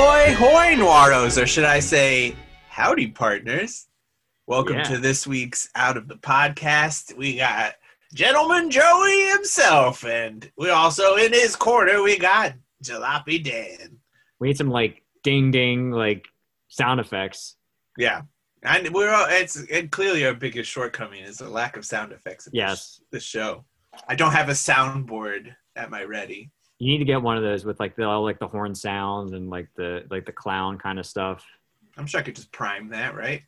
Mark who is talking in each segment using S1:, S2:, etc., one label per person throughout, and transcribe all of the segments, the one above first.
S1: Hi, Noiros, or should I say, howdy, partners. Welcome
S2: Yeah.
S1: to this week's Out of the Podcast. We got Gentleman Joey himself, and we also in his corner, we got Jalopy Dan.
S2: We need some like ding ding like sound effects.
S1: Yeah. And we're all, it's and clearly our biggest shortcoming is the lack of sound effects in this-
S2: Yes.
S1: this show. I don't have a soundboard at my ready.
S2: You need to get one of those with like the all, like the horn sounds and like the like the clown kind of stuff.
S1: I'm sure I could just prime that, right?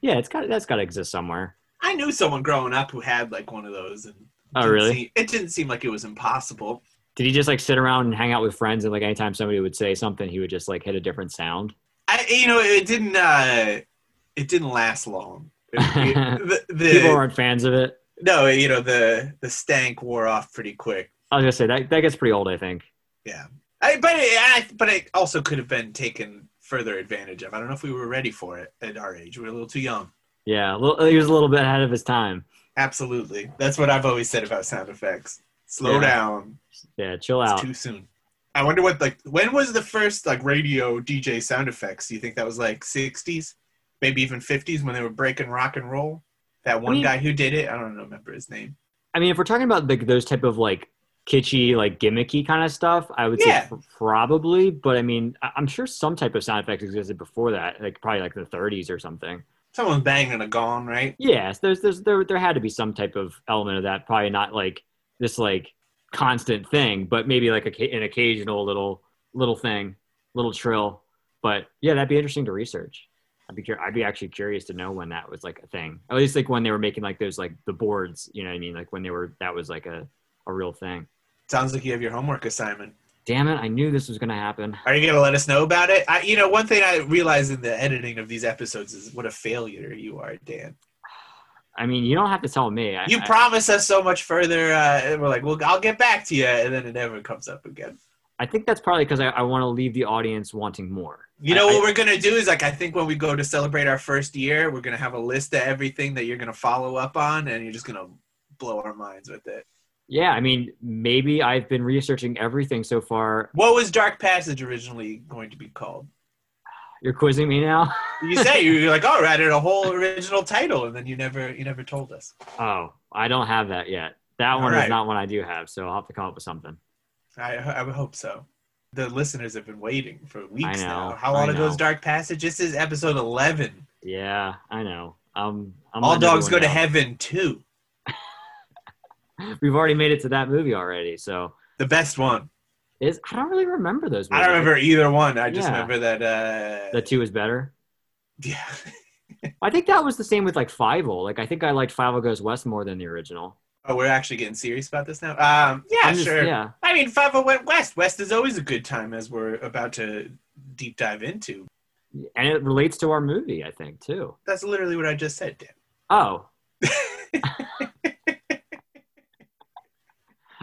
S2: Yeah, it's got that's got to exist somewhere.
S1: I knew someone growing up who had like one of those, and
S2: Oh
S1: didn't
S2: really?
S1: seem- it didn't seem like it was impossible.
S2: Did he just like sit around and hang out with friends and like anytime somebody would say something, he would just like hit a different sound?
S1: I, you know, it didn't. Uh, it didn't last long. It- the, the-
S2: People aren't fans of it.
S1: no, you know, the the stank wore off pretty quick.
S2: I was gonna say that that gets pretty old. I think.
S1: I, but it, I, but it also could have been taken further advantage of. I don't know if we were ready for it at our age. We were a little too young.
S2: Yeah, a little, he was a little bit ahead of his time.
S1: Absolutely, that's what I've always said about sound effects. Slow
S2: Yeah.
S1: down.
S2: Yeah, chill
S1: It's
S2: out.
S1: too soon. I wonder what like when was the first like radio DJ sound effects? Do you think that was like sixties, maybe even fifties when they were breaking rock and roll? That one
S2: mean-
S1: guy who did it, I don't remember his name.
S2: I mean, if we're talking about like those type of like kitschy, like gimmicky kind of stuff, I would
S1: Yeah.
S2: say pr- probably. But I mean, I- I'm sure some type of sound effects existed before that, like probably like the 30s or something.
S1: Someone banging a gong, right?
S2: Yes, there's there's there there had to be some type of element of that. Probably not like this like constant thing, but maybe like a, an occasional little little thing, little trill. But yeah, that'd be interesting to research. I'd be cur- I'd be actually curious to know when that was like a thing. At least like when they were making like those like the boards, you know what I mean? Like when they were that was like a a real thing.
S1: Sounds like you have your homework assignment.
S2: Damn it! I knew this was gonna happen.
S1: Are you gonna let us know about it? I, you know, one thing I realize in the editing of these episodes is what a failure you are, Dan.
S2: I mean, you don't have to tell me. I,
S1: You
S2: I-
S1: promise us so much further, uh, and we're like, "Well, I'll get back to you," and then it never comes up again.
S2: I think that's probably because I, I want to leave the audience wanting more.
S1: You know
S2: I-
S1: what we're gonna do is like I think when we go to celebrate our first year, we're gonna have a list of everything that you're gonna follow up on, and you're just gonna blow our minds with it.
S2: Yeah, I mean, maybe I've been researching everything so far.
S1: What was Dark Passage originally going to be called?
S2: You're quizzing me now?
S1: You said you were like, "Oh, I did a whole original title," and then you never you never told us.
S2: Oh, I don't have that yet. That
S1: All
S2: one
S1: right.
S2: is not one I do have, so I'll have to come up with something.
S1: I I would hope so. The listeners have been waiting for weeks
S2: know,
S1: now. How
S2: I
S1: long ago
S2: know.
S1: is Dark Passage? This is episode eleven.
S2: Yeah, I know. Um, I'm
S1: All
S2: letting
S1: dogs go to
S2: everyone
S1: heaven too.
S2: know. We've already made it to that movie already, so
S1: The best one.
S2: is I don't really remember those.
S1: I don't
S2: movies.
S1: remember either one. I just
S2: Yeah.
S1: remember that. Uh,
S2: The two is better.
S1: yeah.
S2: I think that was the same with like Five O. Like I think I liked Five O Goes West more than the original.
S1: Oh, we're actually getting serious about this now. Um, yeah,
S2: I'm just-
S1: sure.
S2: Yeah,
S1: I mean, Five O went west. West is always a good time, as we're about to deep dive into.
S2: and it relates to our movie, I think too.
S1: That's literally what I just said, Dan.
S2: Oh.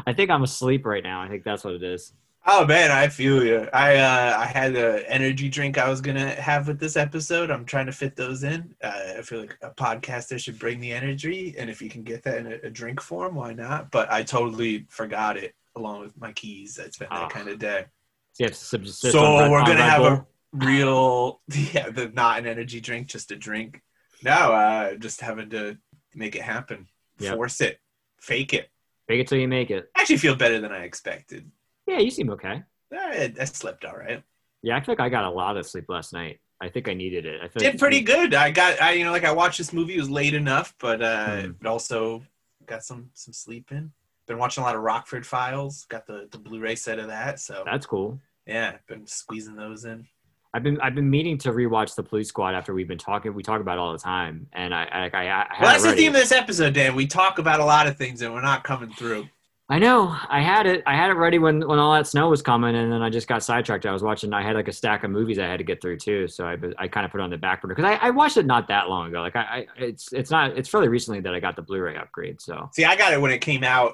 S2: I think I'm asleep right now. I think that's what it is.
S1: Oh man, I feel you. I uh, I had an energy drink I was gonna have with this episode. I'm trying to fit those in. Uh, I feel like a podcaster should bring the energy, and if you can get that in a, a drink form, why not? But I totally forgot it along with my keys. It's been that
S2: Ah.
S1: kind of day.
S2: So, you have to subsist on
S1: so
S2: Red-
S1: we're
S2: on
S1: gonna
S2: Red
S1: have
S2: Bull?
S1: a real yeah, the not an energy drink, just a drink. No, uh, just having to make it happen,
S2: Yep.
S1: force it, fake it.
S2: Fake it till you make it.
S1: I actually feel better than I expected.
S2: Yeah, you seem okay.
S1: I, I slept all right.
S2: Yeah, I feel like I got a lot of sleep last night. I think I needed it. I feel
S1: did
S2: like-
S1: pretty good. I got I you know like I watched this movie. It was late enough, but uh,
S2: Hmm.
S1: but also got some some sleep in. Been watching a lot of Rockford Files. Got the the Blu-ray set of that. So
S2: That's cool.
S1: yeah, been squeezing those in.
S2: I've been I've been meaning to rewatch the Police Squad after we've been talking. We talk about it all the time, and I I, I, I had
S1: Well,
S2: it
S1: that's the
S2: ready.
S1: theme of this episode, Dan. We talk about a lot of things and we're not coming through.
S2: I know. I had it. I had it ready when, when all that snow was coming, and then I just got sidetracked. I was watching. I had like a stack of movies I had to get through too, so I, I kind of put it on the back burner because I, I watched it not that long ago. Like I, I it's it's not it's fairly recently that I got the Blu-ray upgrade. So
S1: See, I got it when it came out.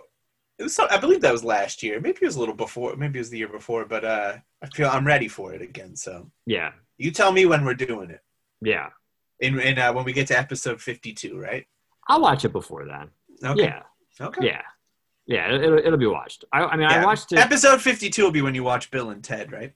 S1: It was so, I believe that was last year. Maybe it was a little before. Maybe it was the year before. But uh, I feel I'm ready for it again. So
S2: yeah,
S1: you tell me when we're doing it.
S2: yeah,
S1: In, in uh, when we get to episode 52, right?
S2: I'll watch it before then.
S1: Okay.
S2: Yeah,
S1: Okay.
S2: yeah, yeah. It'll it'll be watched. I, I mean,
S1: Yeah.
S2: I watched it.
S1: Episode 52 will be when you watch Bill and Ted, right?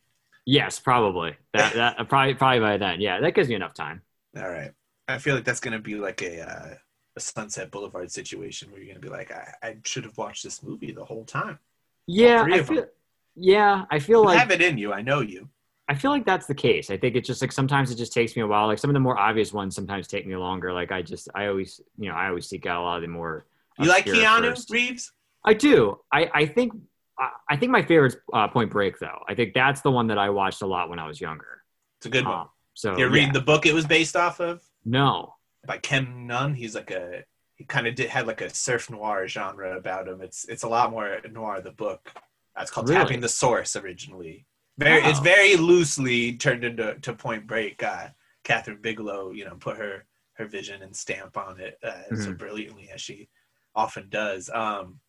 S2: Yes, probably. That that probably probably by then. Yeah, that gives you enough time.
S1: All right. I feel like that's going to be like a, uh, a Sunset Boulevard situation where you're going to be like, I, I should have watched this movie the whole time.
S2: Yeah,
S1: three
S2: I
S1: of 'em.
S2: feel, yeah, I feel
S1: You
S2: like
S1: have it in you. I know you.
S2: I feel like that's the case. I think it's just like sometimes it just takes me a while. Like some of the more obvious ones sometimes take me longer. Like I just I always you know I always seek out a lot of the more.
S1: You like
S2: obscure
S1: Keanu
S2: first.
S1: Reeves?
S2: I do. I I think I- I think my favorite's uh, Point Break though. I think that's the one that I watched a lot when I was younger.
S1: It's a good one.
S2: Um, so
S1: you read
S2: yeah.
S1: the book it was based off of
S2: no.
S1: by Kem Nunn. He's like a he kind of did had like a surf noir genre about him. It's it's a lot more noir the book. Uh, It's called
S2: Really?
S1: Tapping the Source originally. Very it's
S2: Oh.
S1: very loosely turned into to Point Break. Uh, Catherine Bigelow, you know, put her her vision and stamp on it uh, so
S2: Mhm.
S1: brilliantly as she often does. Um,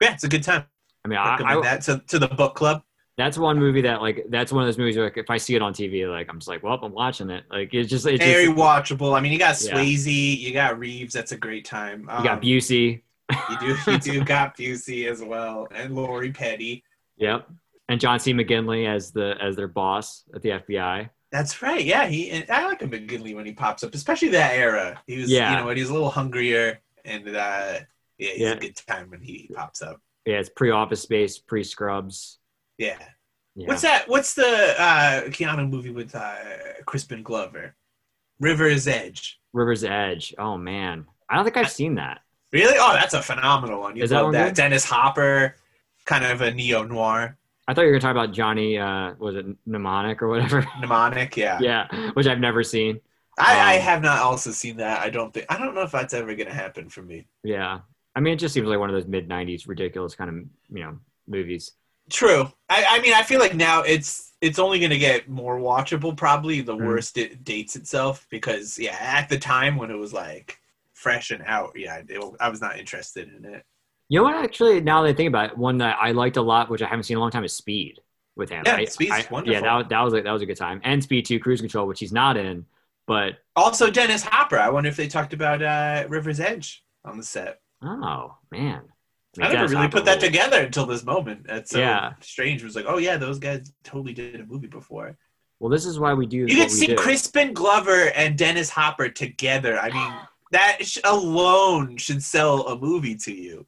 S1: yeah, it's a good time.
S2: I mean, I,
S1: Recommend
S2: I,
S1: that to, to the book club.
S2: that's one movie that like that's one of those movies where like, if I see it on TV, like I'm just like, well, I'm watching it. Like it's just it's
S1: Very
S2: just,
S1: watchable. I mean, you got
S2: Yeah.
S1: Swayze, you got Reeves. That's a great time.
S2: you got
S1: Um,
S2: Busey.
S1: You do you do got Busey as well and Lori Petty.
S2: Yep. And John C. McGinley as the as their boss at the FBI.
S1: That's right. Yeah, he and I like him McGinley when he pops up, especially that era. He was
S2: Yeah.
S1: you know when he was a little hungrier and uh yeah, he's
S2: Yeah.
S1: a good time when he pops up.
S2: Yeah, it's pre Office Space, pre Scrubs.
S1: Yeah.
S2: Yeah.
S1: What's that what's the uh Keanu movie with uh Crispin Glover? River's Edge.
S2: River's Edge. Oh man, I don't think I've seen that.
S1: Really? Oh, that's a phenomenal one. You
S2: Is that
S1: love
S2: one
S1: that.
S2: good?
S1: Dennis Hopper, kind of a neo noir
S2: I thought you were gonna talk about Johnny. Uh, was it Mnemonic or whatever?
S1: mnemonic, yeah.
S2: yeah, which I've never seen.
S1: I, I
S2: Um,
S1: have not also seen that. I don't think I don't know if that's ever gonna happen for me.
S2: Yeah, I mean, it just seems like one of those mid '90s ridiculous kind of you know movies.
S1: True. I, I mean, I feel like now it's it's only going to get more watchable. Probably the
S2: Mm.
S1: worst it dates itself because yeah, at the time when it was like fresh and out, yeah, it, I was not interested in it.
S2: You know what? Actually, now that I think about it, one that I liked a lot, which I haven't seen in a long time, is Speed with him.
S1: Yeah,
S2: I-
S1: Speed's
S2: I- Yeah,
S1: wonderful.
S2: that, was- that was a, that was a good time. And Speed Two, Cruise Control, which he's not in, but
S1: Also, Dennis Hopper. I wonder if they talked about uh, River's Edge on the set.
S2: oh man,
S1: I never
S2: Dennis
S1: really
S2: Hopper
S1: put that
S2: rules.
S1: together until this moment. That's so
S2: Yeah.
S1: strange. It was like, oh yeah, those guys totally did a movie before.
S2: Well, this is why we do.
S1: You
S2: what
S1: could
S2: we
S1: see
S2: do.
S1: Crispin Glover and Dennis Hopper together. I mean, that sh- alone should sell a movie to you.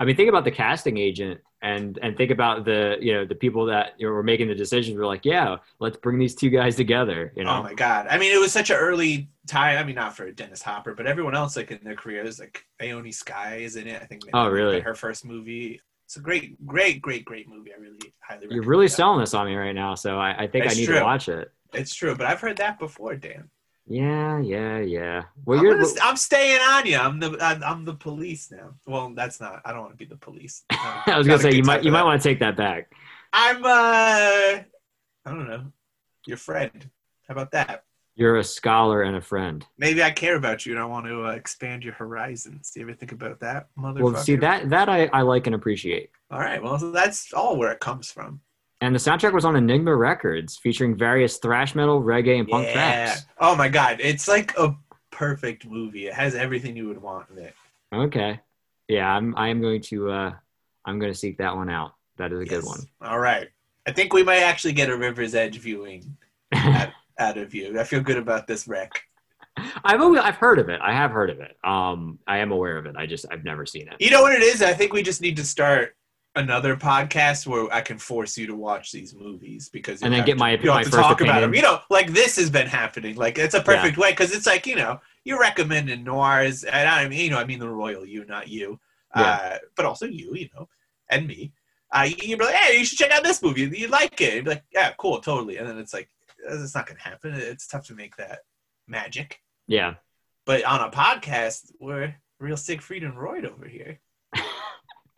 S2: I mean, think about the casting agent and and think about the you know the people that you know, were making the decisions. Were like, yeah, let's bring these two guys together. You know,
S1: Oh my god! I mean, it was such an early time. I mean, not for Dennis Hopper, but everyone else like in their careers, like Aoni Sky is in it. I think.
S2: Oh, really?
S1: Her first movie. It's a great, great, great, great movie. I really highly.
S2: you're
S1: recommend
S2: really
S1: that.
S2: selling this on me right now. So I, I think
S1: That's
S2: I need
S1: true.
S2: to watch it.
S1: It's true, but I've heard that before, Dan.
S2: Yeah, yeah, yeah. Well,
S1: I'm,
S2: you're
S1: gonna, I'm staying on you. I'm the I'm, I'm the police now. Well, that's not. I don't want to be the police. No,
S2: I was
S1: not
S2: gonna
S1: a
S2: say
S1: good
S2: you
S1: time
S2: might
S1: for
S2: you
S1: that.
S2: might want to take that back.
S1: I'm uh, I don't know, your friend. How about that?
S2: You're a scholar and a friend.
S1: Maybe I care about you and I want to uh, expand your horizons. Do you ever think about that, motherfucker?
S2: Well, see that that I, I like and appreciate.
S1: All right. Well, so that's all where it comes from.
S2: And the soundtrack was on Enigma Records, featuring various thrash metal, reggae, and punk tracks.
S1: Oh my God, it's like a perfect movie. It has everything you would want in it.
S2: Okay, yeah, I'm I am going to uh I'm going to seek that one out. That is a good one.
S1: All right. I think we might actually get a River's Edge viewing out of you. I feel good about this wreck.
S2: I've always, I've heard of it. I have heard of it. Um, I am aware of it. I just I've never seen it.
S1: You know what it is? I think we just need to start another podcast where I can force you to watch these movies because you
S2: And then
S1: have
S2: get
S1: to-
S2: my
S1: you don't
S2: my
S1: have to
S2: first
S1: talk
S2: opinion.
S1: about them. You know, like this has been happening. Like it's a perfect way 'cause way because it's like you know you're recommending noirs, and I mean you know I mean the royal you, not you, uh, but also you, you know, and me. Uh, you'd be like, hey, you should check out this movie. You'd like it. You'd be like, yeah, cool, totally. And then it's like, "Uh, it's not gonna happen. It's tough to make that magic.
S2: Yeah.
S1: But on a podcast, we're real Siegfried and Royd over here.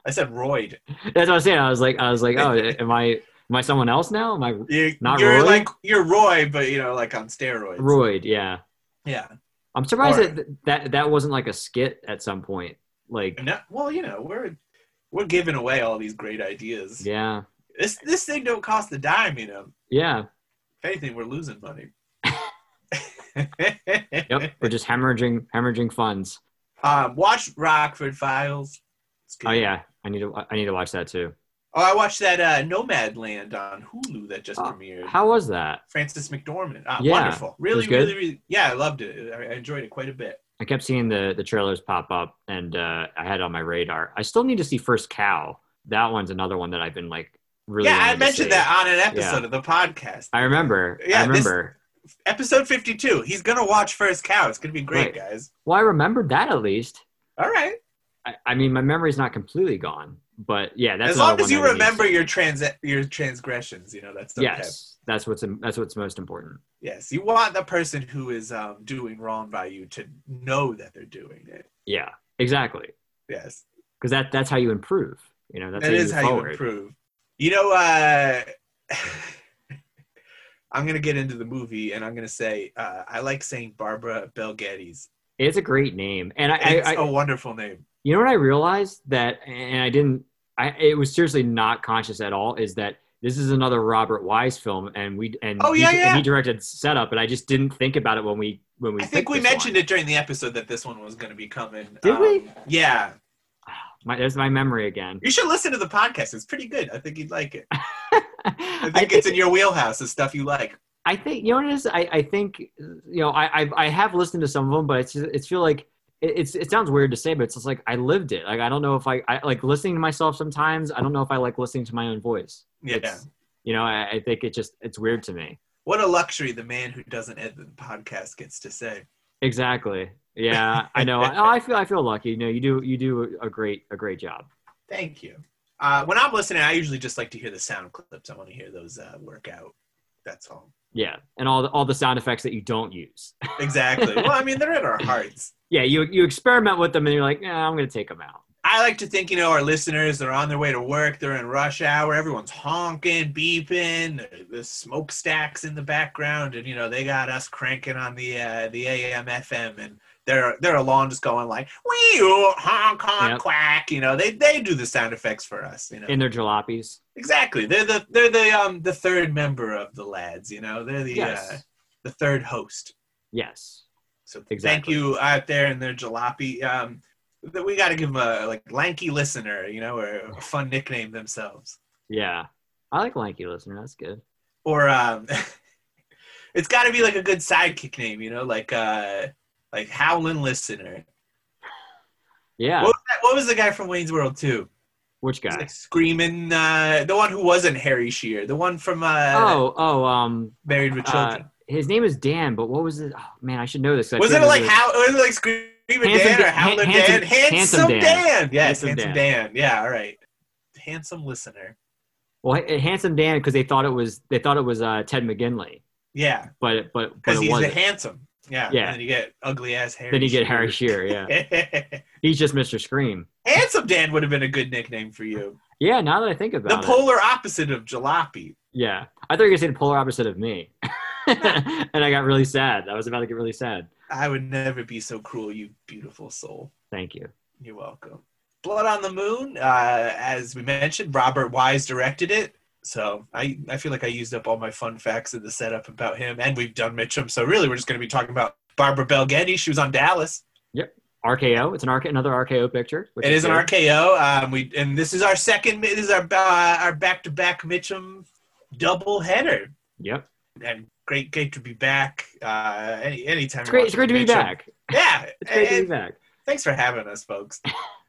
S1: I said Royd.
S2: That's what I was saying. I was like I was like, oh, am I am I someone else now? Am I
S1: You're,
S2: Not
S1: you're
S2: Roy?
S1: like you're Roy, but you know, like on steroids.
S2: Royd? Yeah.
S1: Yeah.
S2: I'm surprised
S1: Alright.
S2: that that that wasn't like a skit at some point. Like
S1: No, well, you know, we're we're giving away all these great ideas.
S2: yeah,
S1: This this thing don't cost a dime, you know.
S2: yeah.
S1: If anything, we're losing money.
S2: Yep. We're just hemorrhaging hemorrhaging funds.
S1: Um, watch Rockford Files. It's good.
S2: Oh yeah, I need to I need to watch that too.
S1: Oh, I watched that uh, Nomad Land on Hulu that just
S2: Oh,
S1: premiered.
S2: How was that?
S1: Francis McDormand. Ah,
S2: Yeah.
S1: Wonderful. Really,
S2: was good?
S1: really, really. Yeah, I loved it. I I enjoyed it quite a bit.
S2: I kept seeing the the trailers pop up, and uh, I had it on my radar. I still need to see First Cow. That one's another one that I've been like really.
S1: yeah,
S2: wanting
S1: I
S2: to
S1: mentioned
S2: see.
S1: that on an episode of the podcast.
S2: I remember. I
S1: Yeah, this-
S2: remember.
S1: Episode 52. He's going to watch First Cow. It's going to be great,
S2: Right.
S1: guys.
S2: Well, I remembered that at least.
S1: All right.
S2: I, I mean, my memory's not completely gone, but yeah, that's
S1: as long
S2: another
S1: as
S2: one
S1: you
S2: that I need to
S1: remember
S2: see.
S1: your trans your transgressions, you know, that's okay.
S2: Yes, that's what's that's what's most important.
S1: Yes, you want the person who is um, doing wrong by you to know that they're doing it.
S2: Yeah, exactly.
S1: Yes,
S2: Because that that's how you improve. You know, that's
S1: that
S2: how you
S1: is
S2: move
S1: how
S2: forward.
S1: you improve. You know, uh, I'm gonna get into the movie, and I'm gonna say uh, I like saying Barbara Bel Geddes.
S2: It's a great name, and I,
S1: It's
S2: I, I
S1: a wonderful name.
S2: You know what I realized that, and I didn't. I it was seriously not conscious at all. Is that this is another Robert Wise film, and we and
S1: Oh,
S2: he,
S1: yeah,
S2: and
S1: yeah.
S2: he directed Setup, and I just didn't think about it when we when we.
S1: I think
S2: picked
S1: we
S2: this
S1: mentioned
S2: one.
S1: it during the episode that this one was gonna be coming. um,
S2: Did we?
S1: Yeah,
S2: My, there's my memory again.
S1: you should listen to the podcast. It's pretty good. I think you'd like it. I
S2: I
S1: think it's in your wheelhouse. The stuff you like.
S2: I think you know what it is. I, I think you know I, I I have listened to some of them, but it's just, it's feel like it, it's it sounds weird to say, but it's just like I lived it. Like I don't know if I, I like listening to myself sometimes. I don't know if I like listening to my own voice.
S1: Yeah.
S2: It's- you know I, I think it just it's weird to me.
S1: What a luxury the man who doesn't edit the podcast gets to say.
S2: Exactly. Yeah, I know. I, I feel I feel lucky. You know, you do you do a great a great job.
S1: Thank you. Uh, when I'm listening, I usually just like to hear the sound clips. I want to hear those uh, work out. That's all.
S2: Yeah, and all the, all the sound effects that you don't use.
S1: Exactly. well, I mean, they're in our hearts.
S2: Yeah, you you experiment with them and you're like, nah, I'm gonna take them out.
S1: I like to think, you know, our listeners, they're on their way to work, they're in rush hour, everyone's honking, beeping, the smokestacks in the background, and, you know, they got us cranking on the uh, the AM, FM, and their, their alarm just going like, wee honk, honk,
S2: Yep.
S1: quack, you know, they, they do the sound effects for us, you know.
S2: In their jalopies.
S1: Exactly. They're the they're the um the third member of the lads. You know, they're the uh,
S2: Yes.
S1: the third host.
S2: Yes.
S1: So thank
S2: Exactly.
S1: you out there in their jalopy. Um, that we got to give 'em a like lanky listener. You know, or a fun nickname themselves.
S2: Yeah. I like lanky listener. That's good.
S1: Or um, it's got to be like a good sidekick name. You know, like uh like howlin' listener.
S2: Yeah.
S1: What, was that- what was the guy from Wayne's World too?
S2: Which
S1: He's,
S2: guy?
S1: like screaming. Uh, the one who wasn't Harry Shearer. The one from uh,
S2: Oh oh um
S1: Married with
S2: uh,
S1: Children.
S2: his name is Dan, but what was it? Oh, man, I should know this. 'cause I
S1: Was
S2: feel
S1: it like
S2: there's a-
S1: how was it like Screaming Dan
S2: Handsome
S1: or
S2: Dan-
S1: Howling
S2: Handsome-
S1: Dan? Handsome
S2: Handsome
S1: Dan.
S2: Dan.
S1: Yes,
S2: Handsome
S1: handsome Dan. Yeah, all right. Handsome listener.
S2: Well, H- handsome Dan because they thought it was they thought it was uh, Ted McGinley,
S1: Yeah,
S2: but but but
S1: because
S2: it
S1: he's
S2: wasn't.
S1: a handsome. Yeah.
S2: Yeah.
S1: And then you get ugly ass Harry.
S2: then you get Harry Shearer. Yeah,
S1: Shearer.
S2: he's just Mr. Scream.
S1: handsome Dan would have been a good nickname for you.
S2: Yeah, now that I think about
S1: The
S2: it.
S1: polar opposite of Jalopy.
S2: yeah, I thought you were gonna say the polar opposite of me, and I got really sad. I was about to get really sad.
S1: I would never be so cruel, you beautiful soul.
S2: Thank you.
S1: You're welcome. Blood on the Moon, uh, as we mentioned, Robert Wise directed it. So I, I feel like I used up all my fun facts in the setup about him, and we've done Mitchum. So really, we're just going to be talking about Barbara Bel Geddes. She was on Dallas.
S2: RKO. It's an RK, another RKO picture. Which
S1: It is an
S2: good.
S1: RKO. Um, we and this is our second. This is our uh, our back to back Mitchum double header,
S2: Yep.
S1: and great great to be back. Uh, any anytime.
S2: It's
S1: you're
S2: great. It's great
S1: watching
S2: to be
S1: Mitchum.
S2: back.
S1: Yeah,
S2: It's great to
S1: and-
S2: be back.
S1: thanks for having us, folks.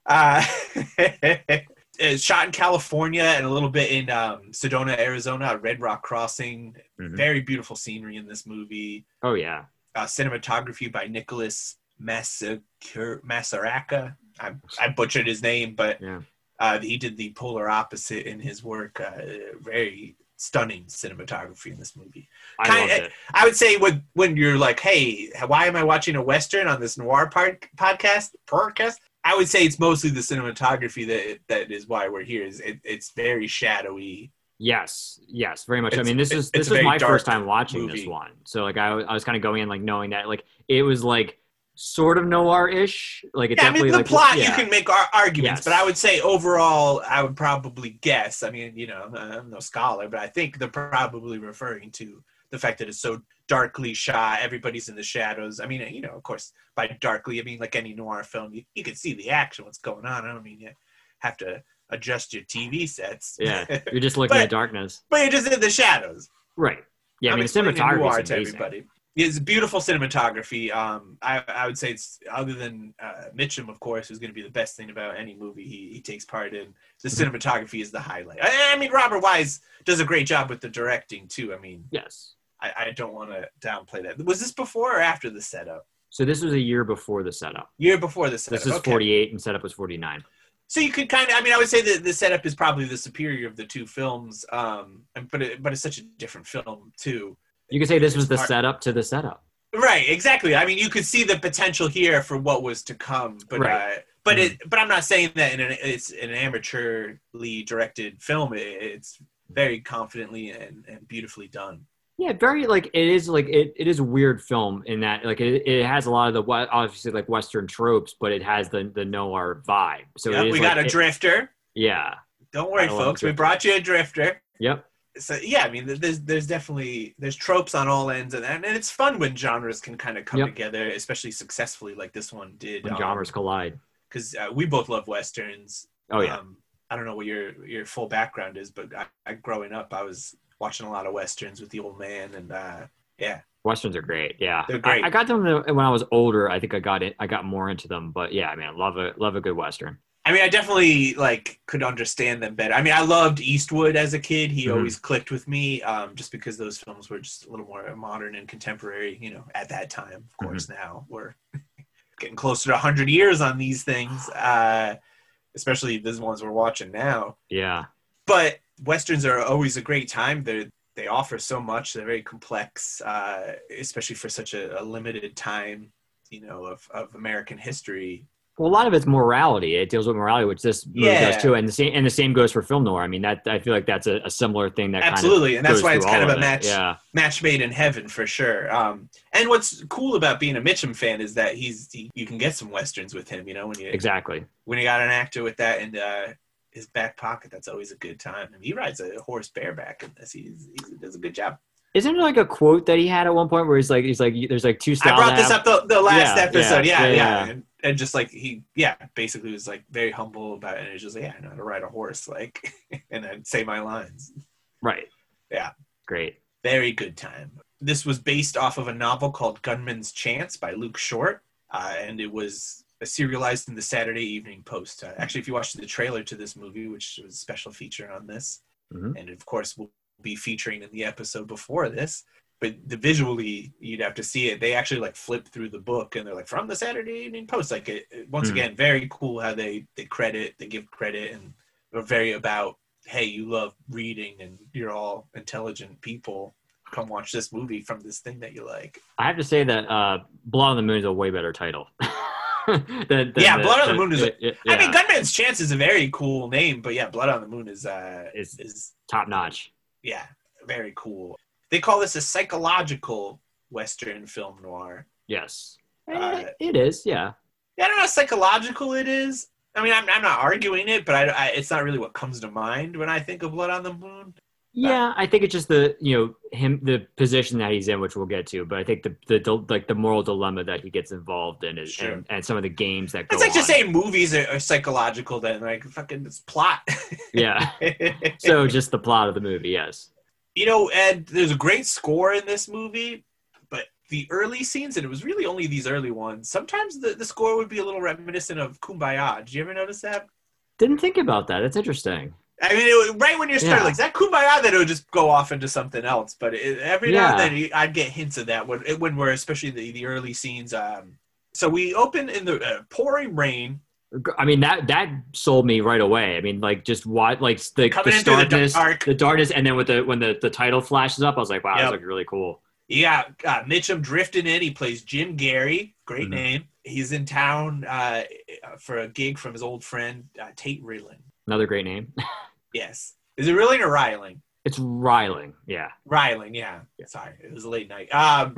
S1: Uh, it's shot in California and a little bit in um, Sedona, Arizona, Red Rock Crossing.
S2: Mhm.
S1: Very beautiful scenery in this movie.
S2: Oh yeah.
S1: Uh, cinematography by Nicholas Massacre- Massaraca. I, I butchered his name, but
S2: Yeah.
S1: uh, he did the polar opposite in his work. Uh, very stunning cinematography in this movie.
S2: I
S1: Kinda-
S2: loved it.
S1: I would say when when you're like, hey, why am I watching a western on this noir pod- podcast? Podcast? I would say it's mostly the cinematography that that is why we're here. Is it, it's very shadowy.
S2: Yes. Yes. Very much. I
S1: It's-
S2: mean, this
S1: it's-
S2: is
S1: it's
S2: this
S1: a
S2: is
S1: very
S2: my
S1: dark
S2: first time watching this
S1: movie.
S2: one. So like I, I was kind of going in like knowing that like it was like sort of noir-ish. Like it
S1: yeah, I mean
S2: definitely
S1: the
S2: like
S1: plot you
S2: yeah.
S1: can make ar- arguments,
S2: Yes.
S1: but I would say overall, I would probably guess. I mean, you know, I'm no scholar, but I think they're probably referring to the fact that it's so darkly shot. Everybody's in the shadows. I mean, you know, of course, by darkly, I mean like any noir film, you, you can see the action, what's going on. I don't mean you have to adjust your TV sets.
S2: Yeah, you're just looking
S1: But-
S2: at darkness,
S1: but you're just in the shadows.
S2: right? Yeah, i mean, the
S1: explaining
S2: cinematography
S1: noir
S2: is
S1: to
S2: amazing.
S1: everybody. It's beautiful cinematography. Um, I, I would say it's other than uh, Mitchum, of course, is going to be the best thing about any movie he, he takes part in. The
S2: Mhm.
S1: cinematography is the highlight. I, I mean, Robert Wise does a great job with the directing too. I mean,
S2: Yes.
S1: I, I don't want to downplay that. Was this before or after the setup?
S2: So this was a year before the setup.
S1: Year before the setup.
S2: This is
S1: okay.
S2: 48 and setup was 49.
S1: So you could kind of, I mean, I would say that the setup is probably the superior of the two films, um, and, but it, but it's such a different film too.
S2: You could say this was the
S1: Smart.
S2: setup to the setup.
S1: Right, exactly. I mean, you could see the potential here for what was to come, but
S2: Right. Mm-hmm.
S1: uh, but it but I'm not saying that in an, it's an amateurly directed film. It, it's very confidently and, and beautifully done.
S2: Yeah, very like it is like it, it is a weird film in that like it, it has a lot of the we- obviously like Western tropes, but it has the the noir vibe. So
S1: Yep,
S2: it is
S1: we
S2: like,
S1: got a
S2: it-
S1: drifter.
S2: yeah.
S1: Don't worry,
S2: I love
S1: folks. We
S2: drifter.
S1: brought you a drifter.
S2: Yep.
S1: So yeah, I mean, th- there's there's definitely there's tropes on all ends, and and it's fun when genres can kind of come
S2: Yep.
S1: together, especially successfully like this one did.
S2: When genres collide.
S1: because uh, we both love westerns.
S2: Oh yeah.
S1: Um, I don't know what your your full background is, but I, I growing up, I was watching a lot of westerns with the old man, and uh,
S2: Westerns are great. Yeah.
S1: They're great.
S2: I, I got them when I was older. I think I got it I got more into them, but yeah, I mean, I love a love a good western.
S1: I mean, I definitely like could understand them better. I mean, I loved Eastwood as a kid; he
S2: Mhm.
S1: always clicked with me, um, just because those films were just a little more modern and contemporary. You know, at that time, of
S2: Mm-hmm.
S1: course, now we're getting closer to hundred years on these things, uh, especially these ones we're watching now.
S2: Yeah.
S1: but westerns are always a great time they they offer so much they're very complex uh, especially for such a, a limited time you know of, of american history
S2: Well, a lot of it's morality. It deals with morality, which this movie
S1: Yeah.
S2: does too, and the same and the same goes for film noir. I mean, that I feel like that's a, a similar thing that kind
S1: absolutely
S2: of
S1: and that's
S2: goes
S1: why it's kind
S2: through all
S1: of a
S2: it.
S1: match
S2: Yeah,
S1: match made in heaven for sure um, and what's cool about being a mitchum fan is that he's he, you can get some westerns with him you know when you
S2: exactly.
S1: when you got an actor with that in uh, his back pocket that's always a good time and he rides a horse bareback in this he's, he does a good job
S2: Isn't there like a quote that he had at one point where he's like, he's like, there's like two
S1: I
S2: styles.
S1: brought
S2: to
S1: this
S2: have-
S1: up the, the last
S2: Yeah,
S1: episode. Yeah,
S2: yeah,
S1: yeah.
S2: yeah.
S1: And, and just like he, yeah, basically was like very humble about it. And it's just like, yeah, I know how to ride a horse. Like, and then say my lines.
S2: Right.
S1: Yeah.
S2: Great.
S1: Very good time. This was based off of a novel called Gunman's Chance by Luke Short. Uh, and it was serialized in the Saturday Evening Post. Uh, actually, if you watch the trailer to this movie, which was a special feature on this,
S2: Mhm.
S1: and of course, we'll be featuring in the episode before this, but the visually you'd have to see it they actually like flip through the book and they're like from the saturday evening post like it, it- once
S2: Hmm.
S1: again very cool how they they credit they give credit and are very about hey you love reading and you're all intelligent people come watch this movie from this thing that you like
S2: I have to say that uh, Blood on the Moon is a way better title. than, than
S1: Yeah, Blood on the Moon is a-
S2: it-
S1: i mean
S2: yeah,
S1: gunman's chance is a very cool name but yeah blood on the moon is uh
S2: It's-
S1: is
S2: top notch.
S1: yeah very cool they call this a psychological western film noir
S2: Yes.
S1: Uh,
S2: it is. Yeah.
S1: Yeah, I don't know how psychological it is. I mean, I'm, I'm not arguing it, but I, I, it's not really what comes to mind when I think of Blood on the Moon.
S2: Yeah, I think it's just the you know him the position that he's in, which we'll get to. But I think the the dil- like the moral dilemma that he gets involved in is
S1: Sure.
S2: and, and some of the games that go.
S1: It's like just
S2: on.
S1: saying movies are, are psychological, then, like, fucking, it's plot.
S2: yeah. So just the plot of the movie, yes.
S1: you know, Ed, there's a great score in this movie, but the early scenes, and it was really only these early ones, sometimes the, the score would be a little reminiscent of Kumbaya. Did you ever notice that?
S2: Didn't think about that. That's interesting.
S1: I mean, it, would- right when you're starting,
S2: Yeah.
S1: like is that kumbaya, that it would just go off into something else. But it, every now and
S2: Yeah.
S1: then, you, I'd get hints of that when it- when we're especially the, the early scenes. Um, so we open in the uh, pouring rain,
S2: I mean that that sold me right away. I mean, like just what like the,
S1: Coming
S2: the
S1: into the
S2: starkness,
S1: dark.
S2: the darkness, and then with the when the, the title flashes up, I was like, wow,
S1: Yep.
S2: that's like really cool.
S1: You got uh, Mitchum drifting in. He plays Jim Gary. Great
S2: Mhm.
S1: name. He's in town uh, for a gig from his old friend uh, Tate Riddling.
S2: Another great name.
S1: Yes, is it Riddling or Riling?
S2: it's Riling. Yeah.
S1: Riling, yeah. Sorry, it was a late night. Um,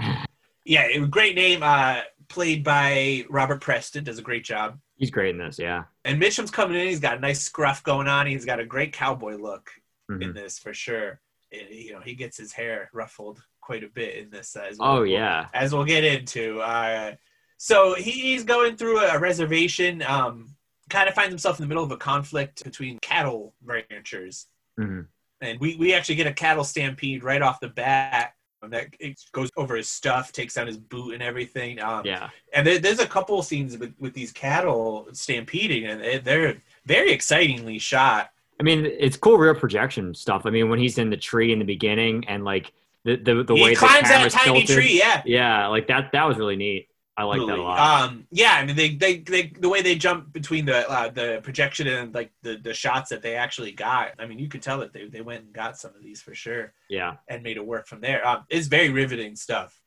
S1: yeah, it was a great name. Uh, played by Robert Preston, does a great job.
S2: He's great in this, yeah.
S1: And Mitchum's coming in. He's got a nice scruff going on. He's got a great cowboy look in
S2: Mhm.
S1: this for sure. And, you know, he gets his hair ruffled quite a bit in this as well.
S2: Oh yeah.
S1: As we'll get into. Uh, so he, he's going through a reservation. Um, kind of finds himself in the middle of a conflict between cattle ranchers.
S2: Mhm.
S1: And we, we actually get a cattle stampede right off the bat. And that it goes over his stuff, takes down his boot and everything. Um,
S2: Yeah.
S1: And there, there's a couple scenes with, with these cattle stampeding, and they- they're very excitingly shot.
S2: I mean, it's cool rear projection stuff. I mean, when he's in the tree in the beginning and like the the, the
S1: he
S2: way the
S1: climbs that
S2: camera's
S1: tiny
S2: tilted.
S1: tree, yeah.
S2: Yeah, like that. That was really neat. I like that a
S1: Absolutely.
S2: lot.
S1: Um, yeah, I mean, they, they, they, the way they jump between the uh, the projection and like the, the shots that they actually got. I mean, you could tell that they, they went and got some of these for sure
S2: yeah,
S1: and made it work from there. Um, it's very riveting stuff.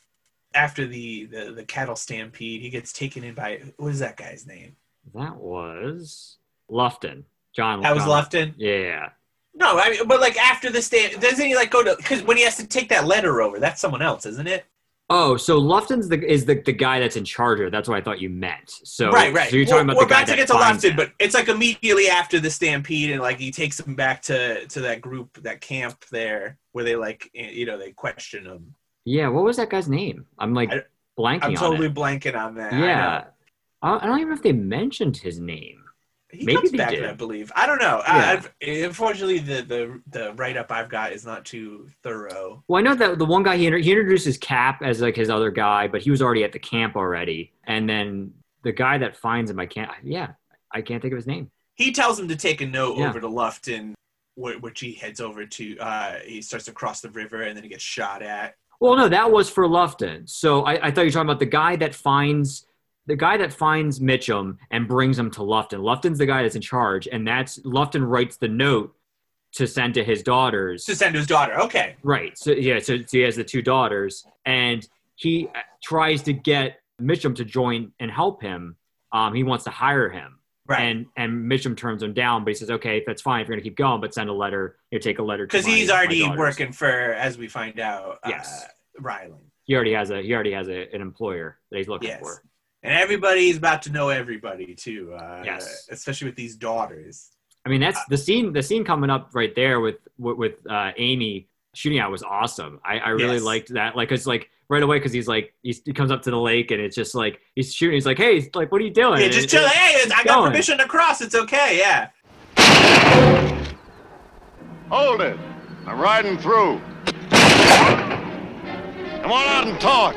S1: After the, the the cattle stampede, he gets taken in by what is that guy's name?
S2: that was Lufton. John.
S1: That was
S2: John-
S1: Lofton.
S2: Yeah.
S1: No, I mean, but like after the stamp, doesn't he like go to? Because when he has to take that letter over, that's someone else, isn't it?
S2: Oh, so Lufton's the is the, the guy that's in charge of. it. That's what I thought you meant. So
S1: right, right.
S2: So you're talking
S1: we're,
S2: about
S1: we're
S2: the guy
S1: about to
S2: that
S1: get to
S2: finds
S1: Lofton,
S2: him.
S1: but it's like immediately after the stampede, and like he takes them back to to that group, that camp there, where they like, eh, you know, they question him.
S2: yeah, what was that guy's name? I'm like
S1: I-
S2: blanking
S1: I'm
S2: on
S1: totally
S2: it.
S1: blanking on that. I know.
S2: Yeah, I, I don't even know if they mentioned his name.
S1: he
S2: Maybe
S1: comes
S2: they
S1: back,
S2: did.
S1: I believe. I don't know.
S2: Yeah.
S1: I, I've, unfortunately, the the the write up I've got is not too thorough.
S2: Well, I know that the one guy he, inter- he introduces Cap as like his other guy, but he was already at the camp already. And then the guy that finds him, I can't. Yeah, I can't think of his name.
S1: He tells him to take a note
S2: Yeah.
S1: over to Lufton, wh- which he heads over to. Uh, he starts to cross the river, and then he gets shot at.
S2: Well, no, that was for Lufton. So I, I thought you were talking about the guy that finds the guy that finds Mitchum and brings him to Lufton. Lufton's the guy that's in charge, and that's Lufton writes the note to send to his daughters.
S1: To send to his daughter. Okay.
S2: Right. So yeah. So, so he has the two daughters, and he uh, tries to get Mitchum to join and help him. Um, he wants to hire him,
S1: Right.
S2: and and Mitchum turns him down. But he says, "Okay, that's fine. If you're gonna keep going, but send a letter. You know, take a letter." to
S1: Because
S2: my-
S1: he's
S2: my
S1: already
S2: daughters."
S1: working for, as we find out,
S2: Yes.
S1: uh, Ryland.
S2: He already has a he already has a, an employer that he's looking
S1: Yes.
S2: for.
S1: And everybody's about to know everybody too. Uh,
S2: Yes.
S1: Especially with these daughters.
S2: I mean,
S1: Uh,
S2: that's the scene. The scene coming up right there with with, with uh, Amy shooting out was awesome. I, I really
S1: Yes.
S2: liked that. Like, it's like right away because he's like he's, he comes up to the lake and it's just like he's shooting. He's like, "Hey, it's like, what are you doing?"
S1: Yeah,
S2: And
S1: just
S2: it-
S1: chill.
S2: it-
S1: Hey, it's- I got
S2: going.
S1: permission to cross. It's okay. Yeah.
S3: Hold it. I'm riding through. Come on out and talk.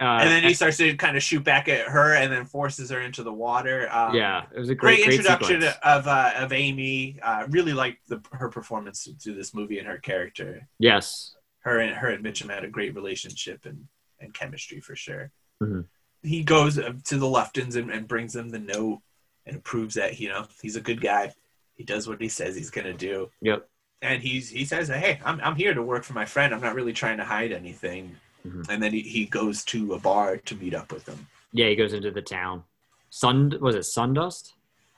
S2: uh,
S1: and then he starts to kind of shoot back at her, and then forces her into the water. Um,
S2: yeah, it was a
S1: Great,
S2: great, great
S1: introduction
S2: sequence.
S1: of uh, of Amy. Uh, really liked the, her performance to this movie and her character.
S2: Yes,
S1: her and her and Mitchum had a great relationship and, and chemistry for sure.
S2: Mhm.
S1: He goes uh, to the Luftons and, and brings them the note and proves that you know he's a good guy. He does what he says he's gonna do.
S2: Yep.
S1: And he's he says, "Hey, I'm I'm here to work for my friend. I'm not really trying to hide anything."
S2: Mhm.
S1: And then he, he goes to a bar to meet up with them.
S2: yeah, he goes into the town. Sun was it Sundust?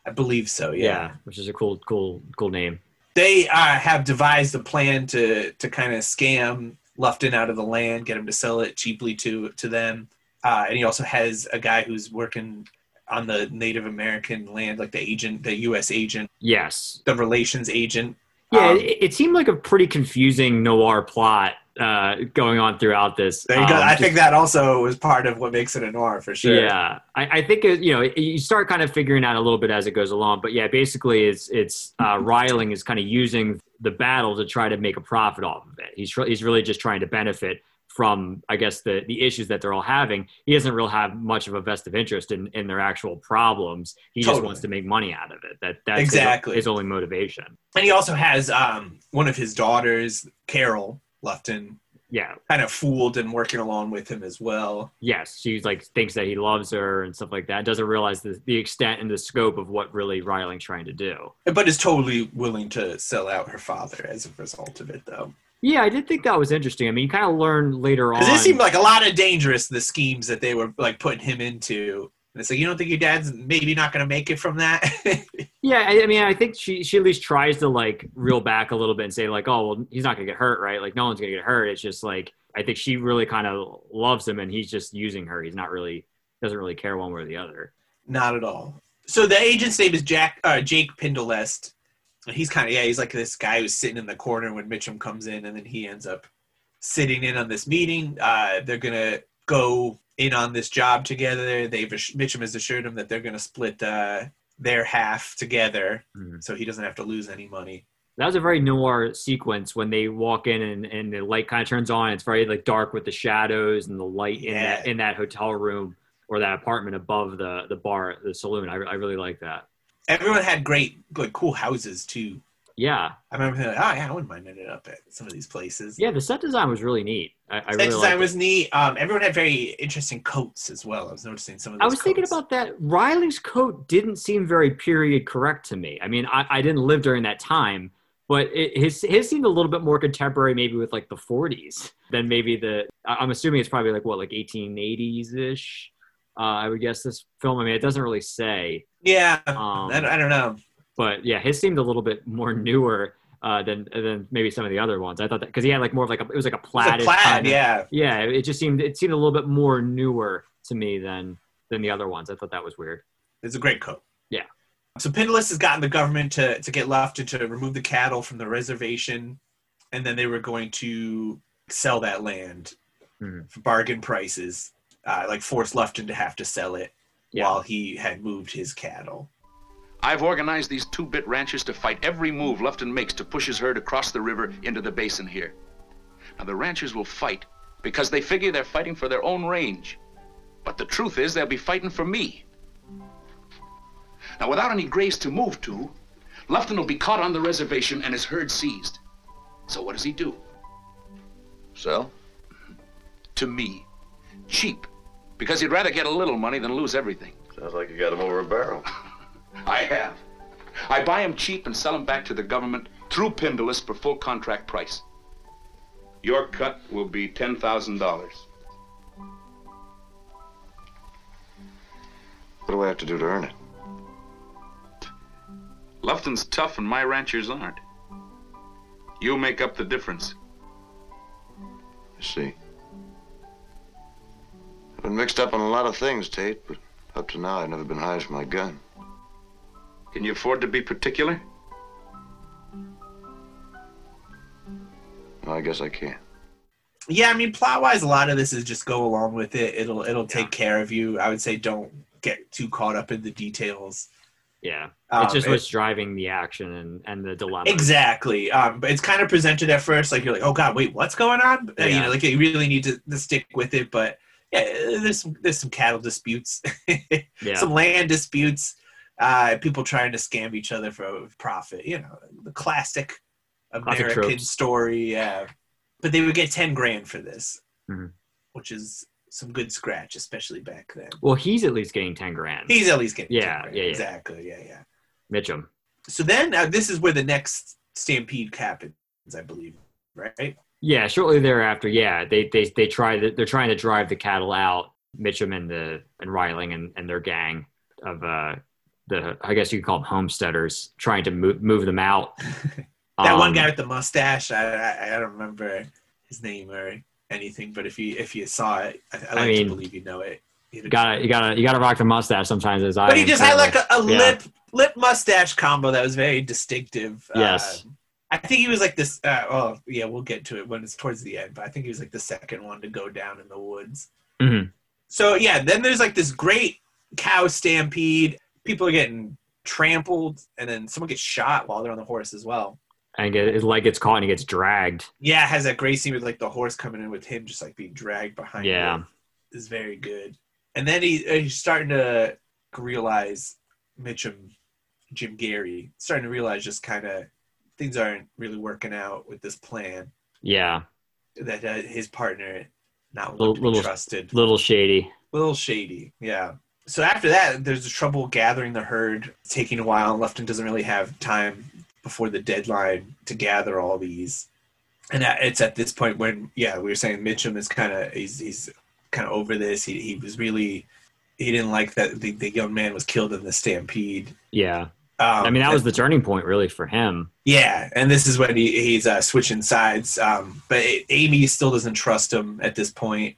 S1: I believe so. yeah.
S2: which is a cool, cool, cool name.
S1: they uh, have devised a plan to to kind of scam Lufton out of the land, get him to sell it cheaply to to them. Uh, and he also has a guy who's working on the Native American land, like the agent, the U.S. agent,
S2: Yes,
S1: the relations agent.
S2: yeah.
S1: Um,
S2: it, it seemed like a pretty confusing noir plot uh, going on throughout this.
S1: There you go.
S2: Um,
S1: I
S2: just-
S1: think that also was part of what makes it a noir for sure.
S2: Yeah, I, I think it, you know you start kind of figuring out a little bit as it goes along, but yeah, basically it's it's uh,
S1: Mm-hmm.
S2: Ryling is kind of using the battle to try to make a profit off of it. He's tr- he's really just trying to benefit from I guess the the issues that they're all having. He doesn't really have much of a vested interest in in their actual problems. He just
S1: Totally.
S2: wants to make money out of it. That that's his-
S1: Exactly.
S2: his only motivation.
S1: And he also has um, one of his daughters, Carol Lufton,
S2: Yeah.
S1: kind of fooled and working along with him as well.
S2: Yes, she like thinks that he loves her and stuff like that. Doesn't realize the, the extent and the scope of what really Ryling's trying to do.
S1: But is totally willing to sell out her father as a result of it, though.
S2: Yeah, I did think that was interesting. I mean, you kind of learn later on.
S1: Because it seemed like a lot of dangerous the schemes that they were like putting him into. And it's like you don't think your dad's maybe not gonna make it from that.
S2: yeah, I, I mean, I think she she at least tries to like reel back a little bit and say like, oh, well, he's not gonna get hurt, right? Like, no one's gonna get hurt. It's just like I think she really kind of loves him, and he's just using her. He's not really doesn't really care one way or the other.
S1: not at all. So the agent's name is Jack uh, Jake Pindelest. And He's kind of yeah, he's like this guy who's sitting in the corner when Mitchum comes in, and then he ends up sitting in on this meeting. Uh, they're gonna go in on this job together. They've ass- Mitchum has assured him that they're going to split uh, their half together,
S2: Mhm.
S1: so he doesn't have to lose any money.
S2: That was a very noir sequence when they walk in and, and the light kind of turns on. It's very like dark with the shadows and the light in that
S1: Yeah.
S2: in that hotel room or that apartment above the the bar, the saloon. I, I really like that.
S1: Everyone had great, like cool houses too.
S2: Yeah,
S1: I remember thinking, oh yeah, I wouldn't mind ending up at some of these places.
S2: yeah. The set design was really neat. I, I
S1: Set
S2: really
S1: design
S2: liked
S1: was
S2: it.
S1: neat. Um, everyone had very interesting coats as well. I was noticing some of. Those
S2: I was thinking
S1: coats.
S2: about that. Riley's coat didn't seem very period correct to me. I mean, I, I didn't live during that time, but it, his his seemed a little bit more contemporary, maybe with like the 40s than maybe the. I- I'm assuming it's probably like what, like 1880s ish. Uh, I would guess this film. I mean, it doesn't really say,
S1: Yeah,
S2: Um,
S1: I, don't- I don't know.
S2: but yeah, his seemed a little bit more newer uh, than than maybe some of the other ones. I thought that because he had like more of like a, it was like a
S1: It was a
S2: plaid.
S1: plaid, yeah.
S2: Yeah, it just seemed it seemed a little bit more newer to me than than the other ones. I thought that was weird.
S1: It's a great coat.
S2: Yeah.
S1: So Pinellas has gotten the government to, to get Lofton to remove the cattle from the reservation, and then they were going to sell that land
S2: Mhm.
S1: for bargain prices, uh, like force Lofton to have to sell it
S2: Yeah.
S1: while he had moved his cattle.
S4: I've organized these two bit ranchers to fight every move Lufton makes to push his herd across the river into the basin here. Now, the ranchers will fight because they figure they're fighting for their own range. But the truth is, they'll be fighting for me. Now, without any graves to move to, Lufton will be caught on the reservation and his herd seized. So, what does he do?
S3: So?
S4: To me, cheap, because he'd rather get a little money than lose everything.
S3: Sounds like you got him over a barrel.
S4: I have. I buy 'em cheap and sell 'em back to the government through Pindalis for full contract price. Your cut will be $10,000.
S3: What do I have to do to earn it?
S4: Lufton's tough and my ranchers aren't. You make up the difference.
S3: I see. I've been mixed up on a lot of things, Tate, but up to now I've never been high as my gun.
S4: Can you afford to be particular?
S3: Well, I guess I can.
S1: Yeah, I mean plot wise, a lot of this is just go along with it. It'll it'll take care of you. I would say don't get too caught up in the details.
S2: Yeah.
S1: Um,
S2: it's just
S1: it-
S2: what's driving the action and, and the dilemma.
S1: Exactly. Um, but it's kind of presented at first like you're like, oh god, wait, what's going on? Uh, You
S2: Yeah.
S1: know, like you really need to, to stick with it. But yeah, there's some, there's some cattle disputes,
S2: Yeah.
S1: some land disputes, uh, people trying to scam each other for profit. You know, the classic
S2: Classic
S1: American
S2: tropes.
S1: story. Yeah, but they would get ten grand for this,
S2: Mhm.
S1: which is some good scratch, especially back then.
S2: Well, he's at least getting 10 grand.
S1: He's at least getting 10
S2: Yeah,
S1: grand.
S2: yeah, yeah.
S1: exactly, yeah, yeah.
S2: Mitchum.
S1: So then uh, this is where the next stampede happens, I believe, right?
S2: Yeah. Shortly thereafter. Yeah. They, they, they try to, they're trying to drive the cattle out. Mitchum and the, and Riling and, and their gang of, uh, the, I guess you could call them homesteaders trying to move, move them out.
S1: That one
S2: Um,
S1: guy with the mustache, I, I I don't remember his name or anything, but if you if you saw it, I, I like
S2: mean,
S1: to believe you know it. You'd-
S2: Gotta, you gotta, you gotta rock the mustache sometimes as I,
S1: but he
S2: am
S1: just had like
S2: currently.
S1: a, a
S2: Yeah.
S1: lip lip mustache combo that was very distinctive.
S2: Yes.
S1: Um, I think he was like this. Uh, oh, yeah, we'll get to it when it's towards the end. But I think he was like the second one to go down in the woods.
S2: Mhm.
S1: So yeah, then there's like this great cow stampede. People are getting trampled, and then someone gets shot while they're on the horse as well.
S2: and get, his leg gets caught and he gets dragged.
S1: Yeah, it has that great scene with like the horse coming in with him just like being dragged behind.
S2: Yeah.
S1: him is very good. And then he uh, he's starting to realize Mitchum, Jim Gary, starting to realize just kind of things aren't really working out with this plan
S2: Yeah.
S1: that uh, his partner not one
S2: Little-
S1: to be
S2: little-
S1: trusted,
S2: Little shady.
S1: a little shady. Yeah. So after that, there's the trouble gathering the herd, It's taking a while. and Lufton doesn't really have time before the deadline to gather all these. And uh, it's at this point when, yeah, we were saying Mitchum is kind of he's he's kind of over this. He he was really he didn't like that the, the young man was killed in the stampede.
S2: Yeah.
S1: Um,
S2: I mean, that was
S1: and-
S2: the turning point really for him.
S1: yeah, and this is when he, he's uh, switching sides. Um, but it, Amy still doesn't trust him at this point.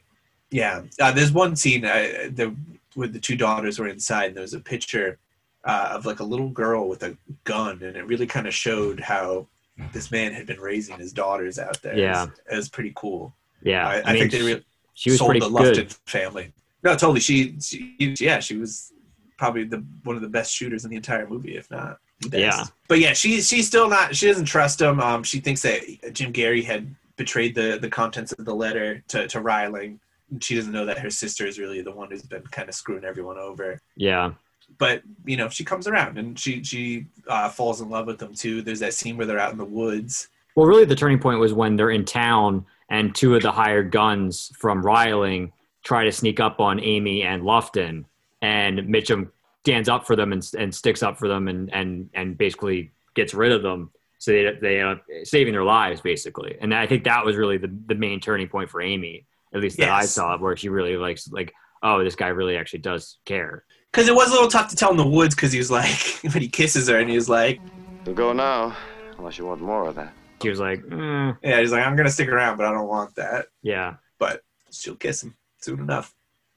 S1: Yeah, uh, there's one scene uh, the, where the two daughters were inside, and there was a picture uh, of like a little girl with a gun, and it really kind of showed how this man had been raising his daughters out there.
S2: Yeah.
S1: it was, it was pretty cool.
S2: Yeah.
S1: I, I, think they re-
S2: she was
S1: sold
S2: pretty
S1: the
S2: good.
S1: Lufton family. No, totally. She, she, yeah, she was probably the one of the best shooters in the entire movie, if not. the best.
S2: Yeah.
S1: But yeah, she she's still not. She doesn't trust him. Um, she thinks that Jim Gary had betrayed the the contents of the letter to to Riley. She doesn't know that her sister is really the one who's been kind of screwing everyone over.
S2: Yeah.
S1: But you know, she comes around and she she uh, falls in love with him too. There's that scene where they're out in the woods.
S2: Well, really, the turning point was when they're in town and two of the hired guns from Riling try to sneak up on Amy and Lufton, and Mitchum stands up for them and, and sticks up for them and, and, and basically gets rid of them. So they, they end up saving their lives, basically. And I think that was really the, the main turning point for Amy, at least that I
S1: Yes.
S2: saw, where she really likes, like, oh, this guy really actually does care.
S1: Because it was a little tough to tell in the woods because he was like when he kisses her and he was like,
S3: You'll go now, unless you want more of that.
S2: She was like, eh,
S1: yeah, he's like, I'm gonna stick around, but I don't want that.
S2: yeah,
S1: but she'll kiss him soon enough.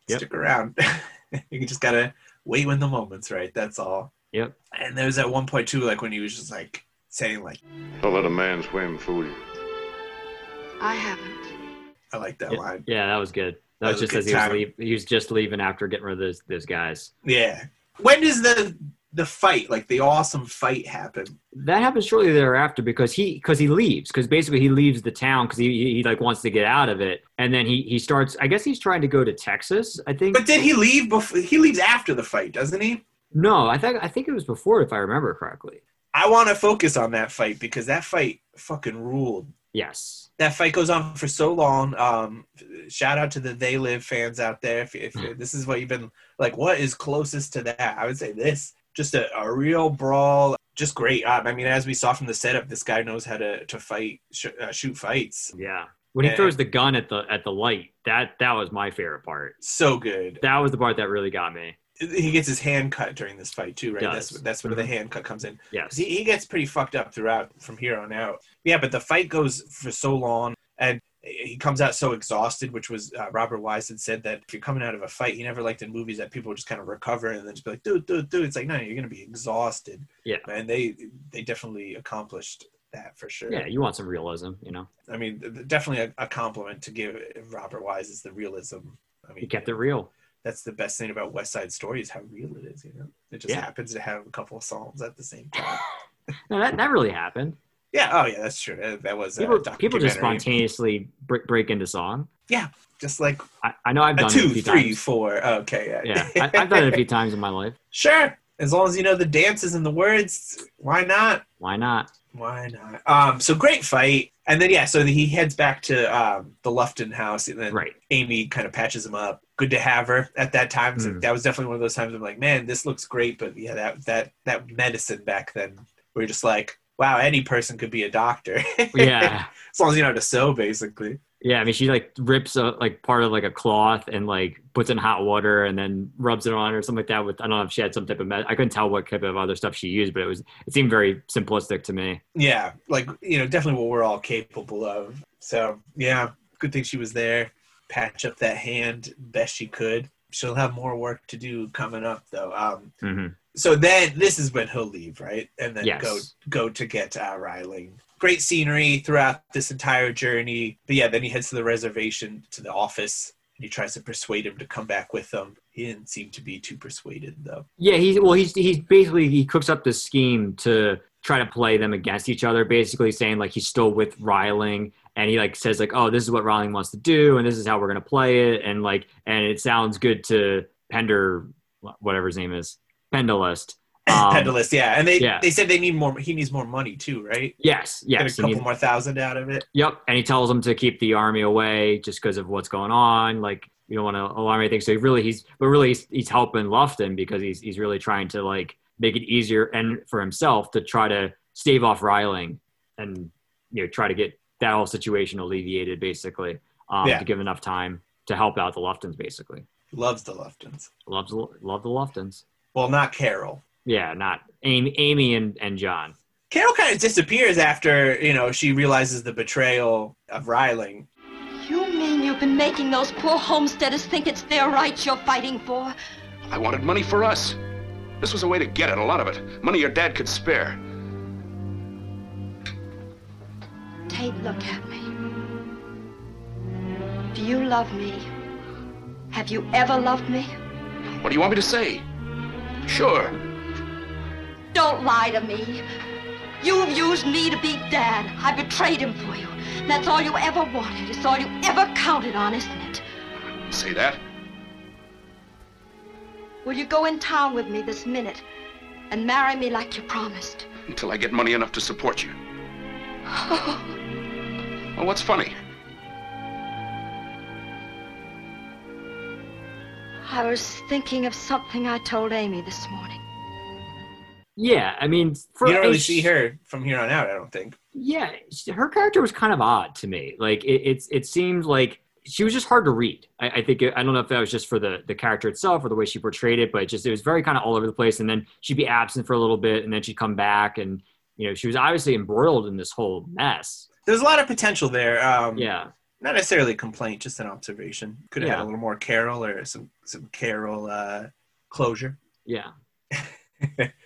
S2: Yep.
S1: Stick around. you just gotta wait when the moment's right. That's all.
S2: Yep.
S1: And there was at one point too, like when he was just like saying, like,
S3: Don't let a man's whim fool you.
S5: I haven't.
S1: I like that line.
S2: yeah, that was good.
S1: That
S2: That,
S1: was
S2: was
S1: a
S2: just
S1: good
S2: as he was,
S1: time.
S2: leave, he was just leaving after getting rid of those, those guys.
S1: Yeah. When does the the fight, like the awesome fight happen?
S2: that happens shortly thereafter because he because he leaves because basically he leaves the town because he, he he like wants to get out of it and then he he starts I guess he's trying to go to Texas I think
S1: But did he leave before he leaves after the fight, doesn't he?
S2: no I think I think it was before if I remember correctly
S1: I wanna focus on that fight because that fight fucking ruled.
S2: yes
S1: That fight goes on for so long. Um, shout out to the They Live fans out there. If, if this is what you've been like, what is closest to that? I would say this. Just a, a real brawl. Just great. Um, I mean, as we saw from the setup, this guy knows how to to fight, sh- uh, shoot fights.
S2: yeah when he
S1: Yeah.
S2: throws the gun at the at the light that that was my favorite part
S1: So good.
S2: that was the part that really got me
S1: He gets his hand cut during this fight too, right?
S2: Does.
S1: That's that's where the hand cut comes in.
S2: yes
S1: He, he gets pretty fucked up throughout from here on out. Yeah, but the fight goes for so long, and he comes out so exhausted, which was uh, Robert Wise had said that if you're coming out of a fight, he never liked in movies that people would just kind of recover and then just be like, dude, dude, dude. It's like, no, you're going to be exhausted.
S2: Yeah.
S1: And they they definitely accomplished that for sure.
S2: yeah you want some realism you know
S1: I mean, th- definitely a, a compliment to give Robert Wise is the realism. I mean,
S2: he kept it real
S1: that's the best thing about West Side Story is how real it is. You know, it just
S2: Yeah.
S1: happens to have a couple of songs at the same time.
S2: no that that really happened
S1: Yeah. Oh, yeah. That's true. That, that was
S2: people
S1: a
S2: people just
S1: documentary.
S2: spontaneously break break into song
S1: just like
S2: I, I know I've
S1: a
S2: done it a
S1: two,
S2: few
S1: three,
S2: times
S1: four. Okay.
S2: yeah I, I've done it a few times in my life
S1: sure. As long as you know the dances and the words, why not?
S2: why not
S1: Why not? Um. So great fight, and then yeah. So he heads back to um the Lufton house, and then
S2: right.
S1: Amy kind of patches him up. Good to have her at that time. So
S2: Mm.
S1: that was definitely one of those times I'm like, man, this looks great, but yeah, that that that medicine back then, where you're just like, wow, any person could be a doctor
S2: yeah
S1: as long as you know how to sew, basically.
S2: yeah i mean she like rips a, like part of like a cloth and like puts in hot water and then rubs it on or something like that with i don't know if she had some type of med- i couldn't tell what type of other stuff she used but it was it seemed very simplistic to me
S1: yeah, like you know, definitely what we're all capable of. So yeah, good thing she was there. Patch up that hand best she could. She'll have more work to do coming up though. Um,
S2: hmm
S1: so then this is when he'll leave, right? And then
S2: Yes.
S1: go go to get uh, Riling. Great scenery throughout this entire journey. But yeah, then he heads to the reservation to the office. And he tries to persuade him to come back with them. He didn't seem to be too persuaded though.
S2: yeah he's well he's he's basically he cooks up this scheme to try to play them against each other basically saying like he's still with riling and he like says like oh this is what riling wants to do and this is how we're going to play it and like and it sounds good to pender whatever his name is pendulist Um,
S1: Pedalist, yeah. And they
S2: yeah.
S1: they said they need more. He needs more money too, right?
S2: Yes, yes.
S1: Get a
S2: and he-
S1: couple more thousand out of it.
S2: yep. And he tells them to keep the army away just because of what's going on. Like you don't want to alarm anything. So he really, he's but really he's, he's helping Lofton because he's he's really trying to like make it easier and for himself to try to stave off Riling and you know try to get that whole situation alleviated basically um,
S1: Yeah.
S2: to give enough time to help out the Luftons basically.
S1: Loves the Luftons.
S2: Loves love the Luftons.
S1: Well, not Carol.
S2: Yeah, not Amy, Amy and, and John.
S1: Carol kind of disappears after you know she realizes the betrayal of Riling.
S5: You mean you've been making those poor homesteaders think it's their rights you're fighting for?
S4: I wanted money for us. This was a way to get it, a lot of it. Money your dad could spare.
S5: Tate, look at me. If you love me, Have you ever loved me?
S4: What do you want me to say? Sure.
S5: Don't lie to me. You've used me to beat Dad. I betrayed him for you. That's all you ever wanted. It's all you ever counted on, isn't it?
S4: Say that.
S5: Will you go in town with me this minute and marry me like you promised?
S4: Until I get money enough to support you. well, what's funny?
S5: I was thinking of something I told Amy this morning.
S2: Yeah, I mean, for
S1: you don't really
S2: a sh-
S1: see her from here on out, I don't think.
S2: Yeah, she- her character was kind of odd to me. Like it, it's it seemed like she was just hard to read. I, I think it, I don't know if that was just for the the character itself or the way she portrayed it, but just it was very kind of all over the place. And then she'd be absent for a little bit, and then she'd come back, and you know she was obviously embroiled in this whole mess.
S1: There's a lot of potential there. Um,
S2: Yeah,
S1: Not necessarily a complaint, just an observation. Could have had
S2: Yeah.
S1: a little more Carol or some some Carol uh, closure.
S2: yeah.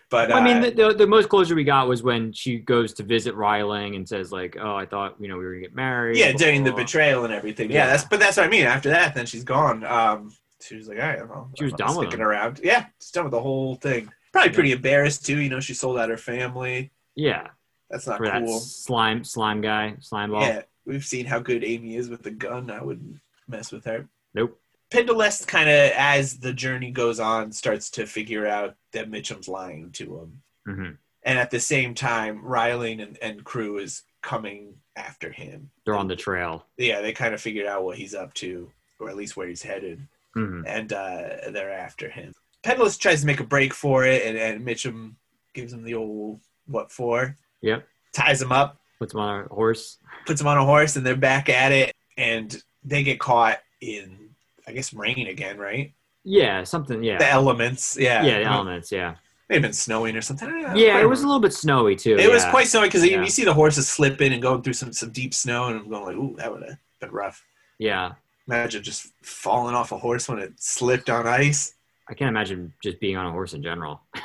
S1: But
S2: Well, I mean,
S1: uh,
S2: the, the the most closure we got was when she goes to visit Ryling and says like, "Oh, I thought you know we were gonna get married."
S1: yeah,
S2: blah,
S1: during the
S2: blah, blah.
S1: betrayal and everything. Yeah,
S2: Yeah.
S1: that's but that's what I mean. After that, then she's gone. Um, she was like, all right, well,
S2: She was
S1: I'm
S2: done with
S1: sticking
S2: him.
S1: around. Yeah, she's done with the whole thing. Probably pretty embarrassed too. You know, she sold out her family.
S2: Yeah,
S1: That's not
S2: for that
S1: cool.
S2: slime slime guy slime ball.
S1: Yeah, we've seen how good Amy is with the gun. I wouldn't mess with her.
S2: Nope.
S1: Pendulest kind of, as the journey goes on, starts to figure out that Mitchum's lying to him.
S2: hmm
S1: And at the same time, Ryling and, and crew is coming after him.
S2: They're on the trail.
S1: Yeah, they kind of figured out what he's up to, or at least where he's headed
S2: hmm
S1: and uh, they're after him. Pedalist tries to make a break for it, and, and Mitchum gives him the old what for.
S2: Yep.
S1: Ties him up,
S2: Puts him on a horse.
S1: puts him on a horse, and they're back at it. And they get caught in, I guess, rain again, right?
S2: Yeah, something. Yeah,
S1: The elements, yeah.
S2: yeah, the elements. Yeah,
S1: They've been snowing or something. I don't know.
S2: yeah. It was a little bit snowy too.
S1: It was
S2: yeah.
S1: quite snowy because you,
S2: Yeah.
S1: you see the horses slipping and going through some some deep snow, and I'm going like, ooh, that would have been rough.
S2: Yeah,
S1: Imagine just falling off a horse when it slipped on ice.
S2: I can't imagine just being on a horse in general.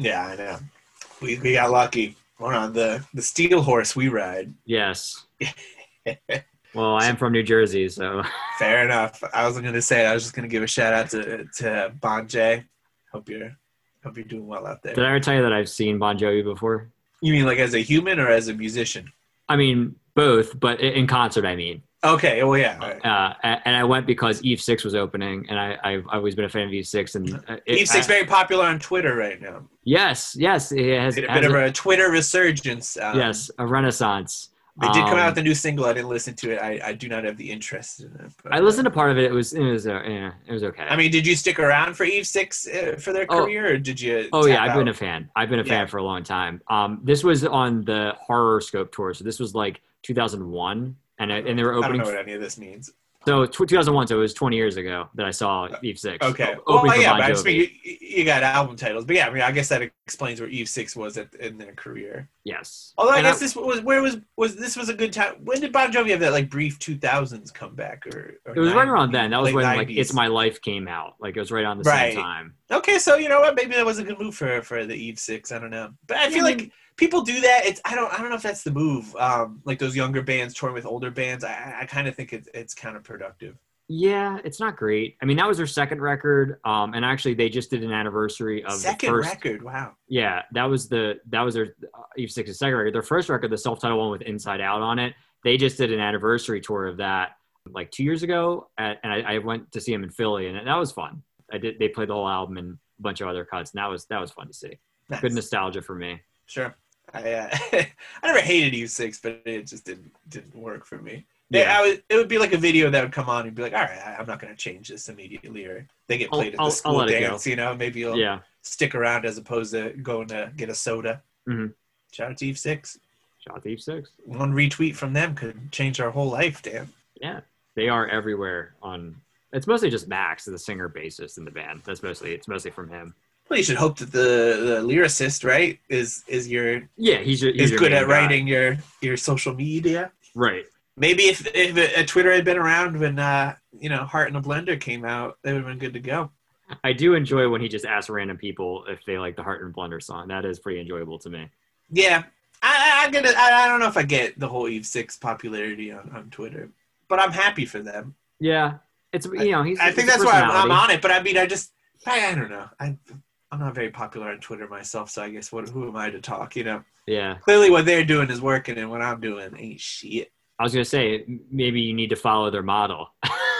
S1: Yeah, I know. We, we got lucky. We're on the, the steel horse we ride.
S2: Yes. well, I am from New Jersey, so
S1: Fair enough. I wasn't gonna say. I was just gonna give a shout out to to Bon J. Hope you're hope you're doing well out
S2: did
S1: there.
S2: I ever tell you that I've seen Bon Jovi before?
S1: You mean like as a human or as a musician?
S2: I mean both, but i- in concert, I mean.
S1: Okay. Well, yeah. all right.
S2: Uh, a- and I went because Eve Six was opening, and I, I've always been a fan of Eve Six. And uh, it-
S1: Eve Six
S2: I-
S1: very popular on Twitter right now.
S2: yes, yes, it has,
S1: Did a
S2: has
S1: bit of
S2: a-
S1: a Twitter resurgence. Um,
S2: yes, a renaissance.
S1: They did come out
S2: Um,
S1: with a new single. I didn't listen to it. I, I do not have the interest in it. but-
S2: I listened to part of it. It was it was uh, yeah, it was okay.
S1: I mean, did you stick around for Eve Six uh, for their
S2: Oh.
S1: career, or did you?
S2: Oh yeah,
S1: tap
S2: I've been
S1: out?
S2: a fan. I've been a
S1: Yeah.
S2: fan for a long time. Um, this was on the Horoscope tour, so this was like 2001, and I, and they were
S1: I don't
S2: opening.
S1: know what any of this means.
S2: So tw 2001, so it was 20 years ago that I saw Eve Six.
S1: Uh, Okay.
S2: o-
S1: Well,
S2: opening for
S1: yeah,
S2: Bon
S1: but I just
S2: Jovi.
S1: mean you, you got album titles, but yeah, I mean, I guess that explains where Eve Six was at, in their career.
S2: yes.
S1: Although I
S2: And
S1: guess this was where was was this was a good time. When did Bon Jovi have that like brief two thousands comeback or? or
S2: it was right
S1: 90s,
S2: around then. That was
S1: late
S2: when like
S1: 90s?
S2: It's My Life came out. Like it was right on the
S1: Right.
S2: same time.
S1: Okay, so you know what? Maybe that was a good move for for the Eve Six. I don't know, but I feel
S2: I
S1: like people do that. It's I don't I don't know if that's the move. Um, like those younger bands touring with older bands. I- I I kind of think it's it's counterproductive.
S2: Yeah, it's not great. I mean, that was their second record, um, and actually they just did an anniversary of
S1: Second
S2: the first.
S1: record. Wow.
S2: Yeah, that was the that was their uh, Eve Six's second record. Their first record, the self-titled one with Inside Out on it, they just did an anniversary tour of that like two years ago, at, and I, I went to see them in Philly, and that was fun. I did. They played the whole album and a bunch of other cuts, and that was that was fun to see.
S1: Nice.
S2: Good nostalgia for me.
S1: Sure. I uh, I never hated U six, but it just didn't didn't work for me. Yeah,
S2: Yeah.
S1: I would, it would be like a video that would come on and be like, all right, I- I'm not going to change this immediately, or they get
S2: I'll-
S1: played at the
S2: I'll- I'll
S1: school
S2: let it go.
S1: dance. You know, maybe you'll
S2: Yeah,
S1: stick around as opposed to going to get a soda.
S2: Mhm.
S1: Shout out to Eve six.
S2: shout out to Eve Six.
S1: One retweet from them could change our whole life, Dan.
S2: Yeah, they are everywhere. On it's mostly just Max, the singer bassist in the band. That's mostly it's mostly from him.
S1: Well, you should hope that the, the lyricist, right, is is your
S2: Yeah, he's, your, he's
S1: is
S2: your
S1: good
S2: main
S1: at
S2: guy.
S1: writing your your social media.
S2: Right.
S1: Maybe if if a, a Twitter had been around when uh, you know Heart in a Blender came out, they would have been good to go.
S2: I do enjoy when he just asks random people if they like the Heart and Blunder song. That is pretty enjoyable to me.
S1: Yeah, I, I, I'm gonna. I, I don't know if I get the whole Eve Six popularity on, on Twitter, but I'm happy for them.
S2: Yeah, It's you know he's.
S1: I
S2: it's
S1: think
S2: a
S1: that's why I'm, I'm
S2: personality.
S1: on it. But I mean, I just I, I don't know. I I'm not very popular on Twitter myself, so I guess what who am I to talk? You know,
S2: Yeah,
S1: clearly what they're doing is working, and what I'm doing ain't shit.
S2: I was gonna say m- maybe you need to follow their model,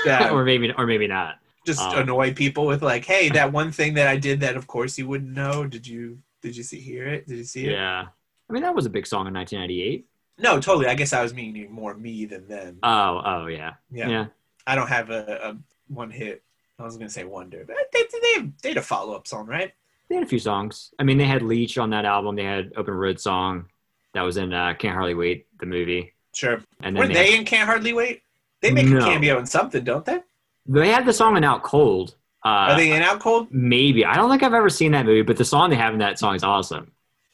S1: Yeah.
S2: or maybe or maybe not.
S1: Just
S2: Um,
S1: annoy people with like, hey, that one thing that I did that of course you wouldn't know. Did you did you see hear it? Did you see
S2: Yeah.
S1: it?
S2: I mean that was a big song in 1998.
S1: No, totally. I guess I was meaning more me than them.
S2: Oh, oh yeah,
S1: Yeah.
S2: yeah.
S1: I don't have a, a one hit. I was gonna say Wonder, but they they they, they had a follow up song, right?
S2: They had a few songs. I mean, they had Leech on that album. They had Open Road song that was in uh, Can't Hardly Wait, the movie.
S1: Sure.
S2: And
S1: Were
S2: then
S1: they,
S2: they,
S1: in Can't Hardly Wait? They make
S2: No.
S1: a cameo in something, don't they?
S2: they had the song in Out Cold. Uh,
S1: Are they in Out Cold?
S2: maybe I don't think I've ever seen that movie, but the song they have in that song is awesome.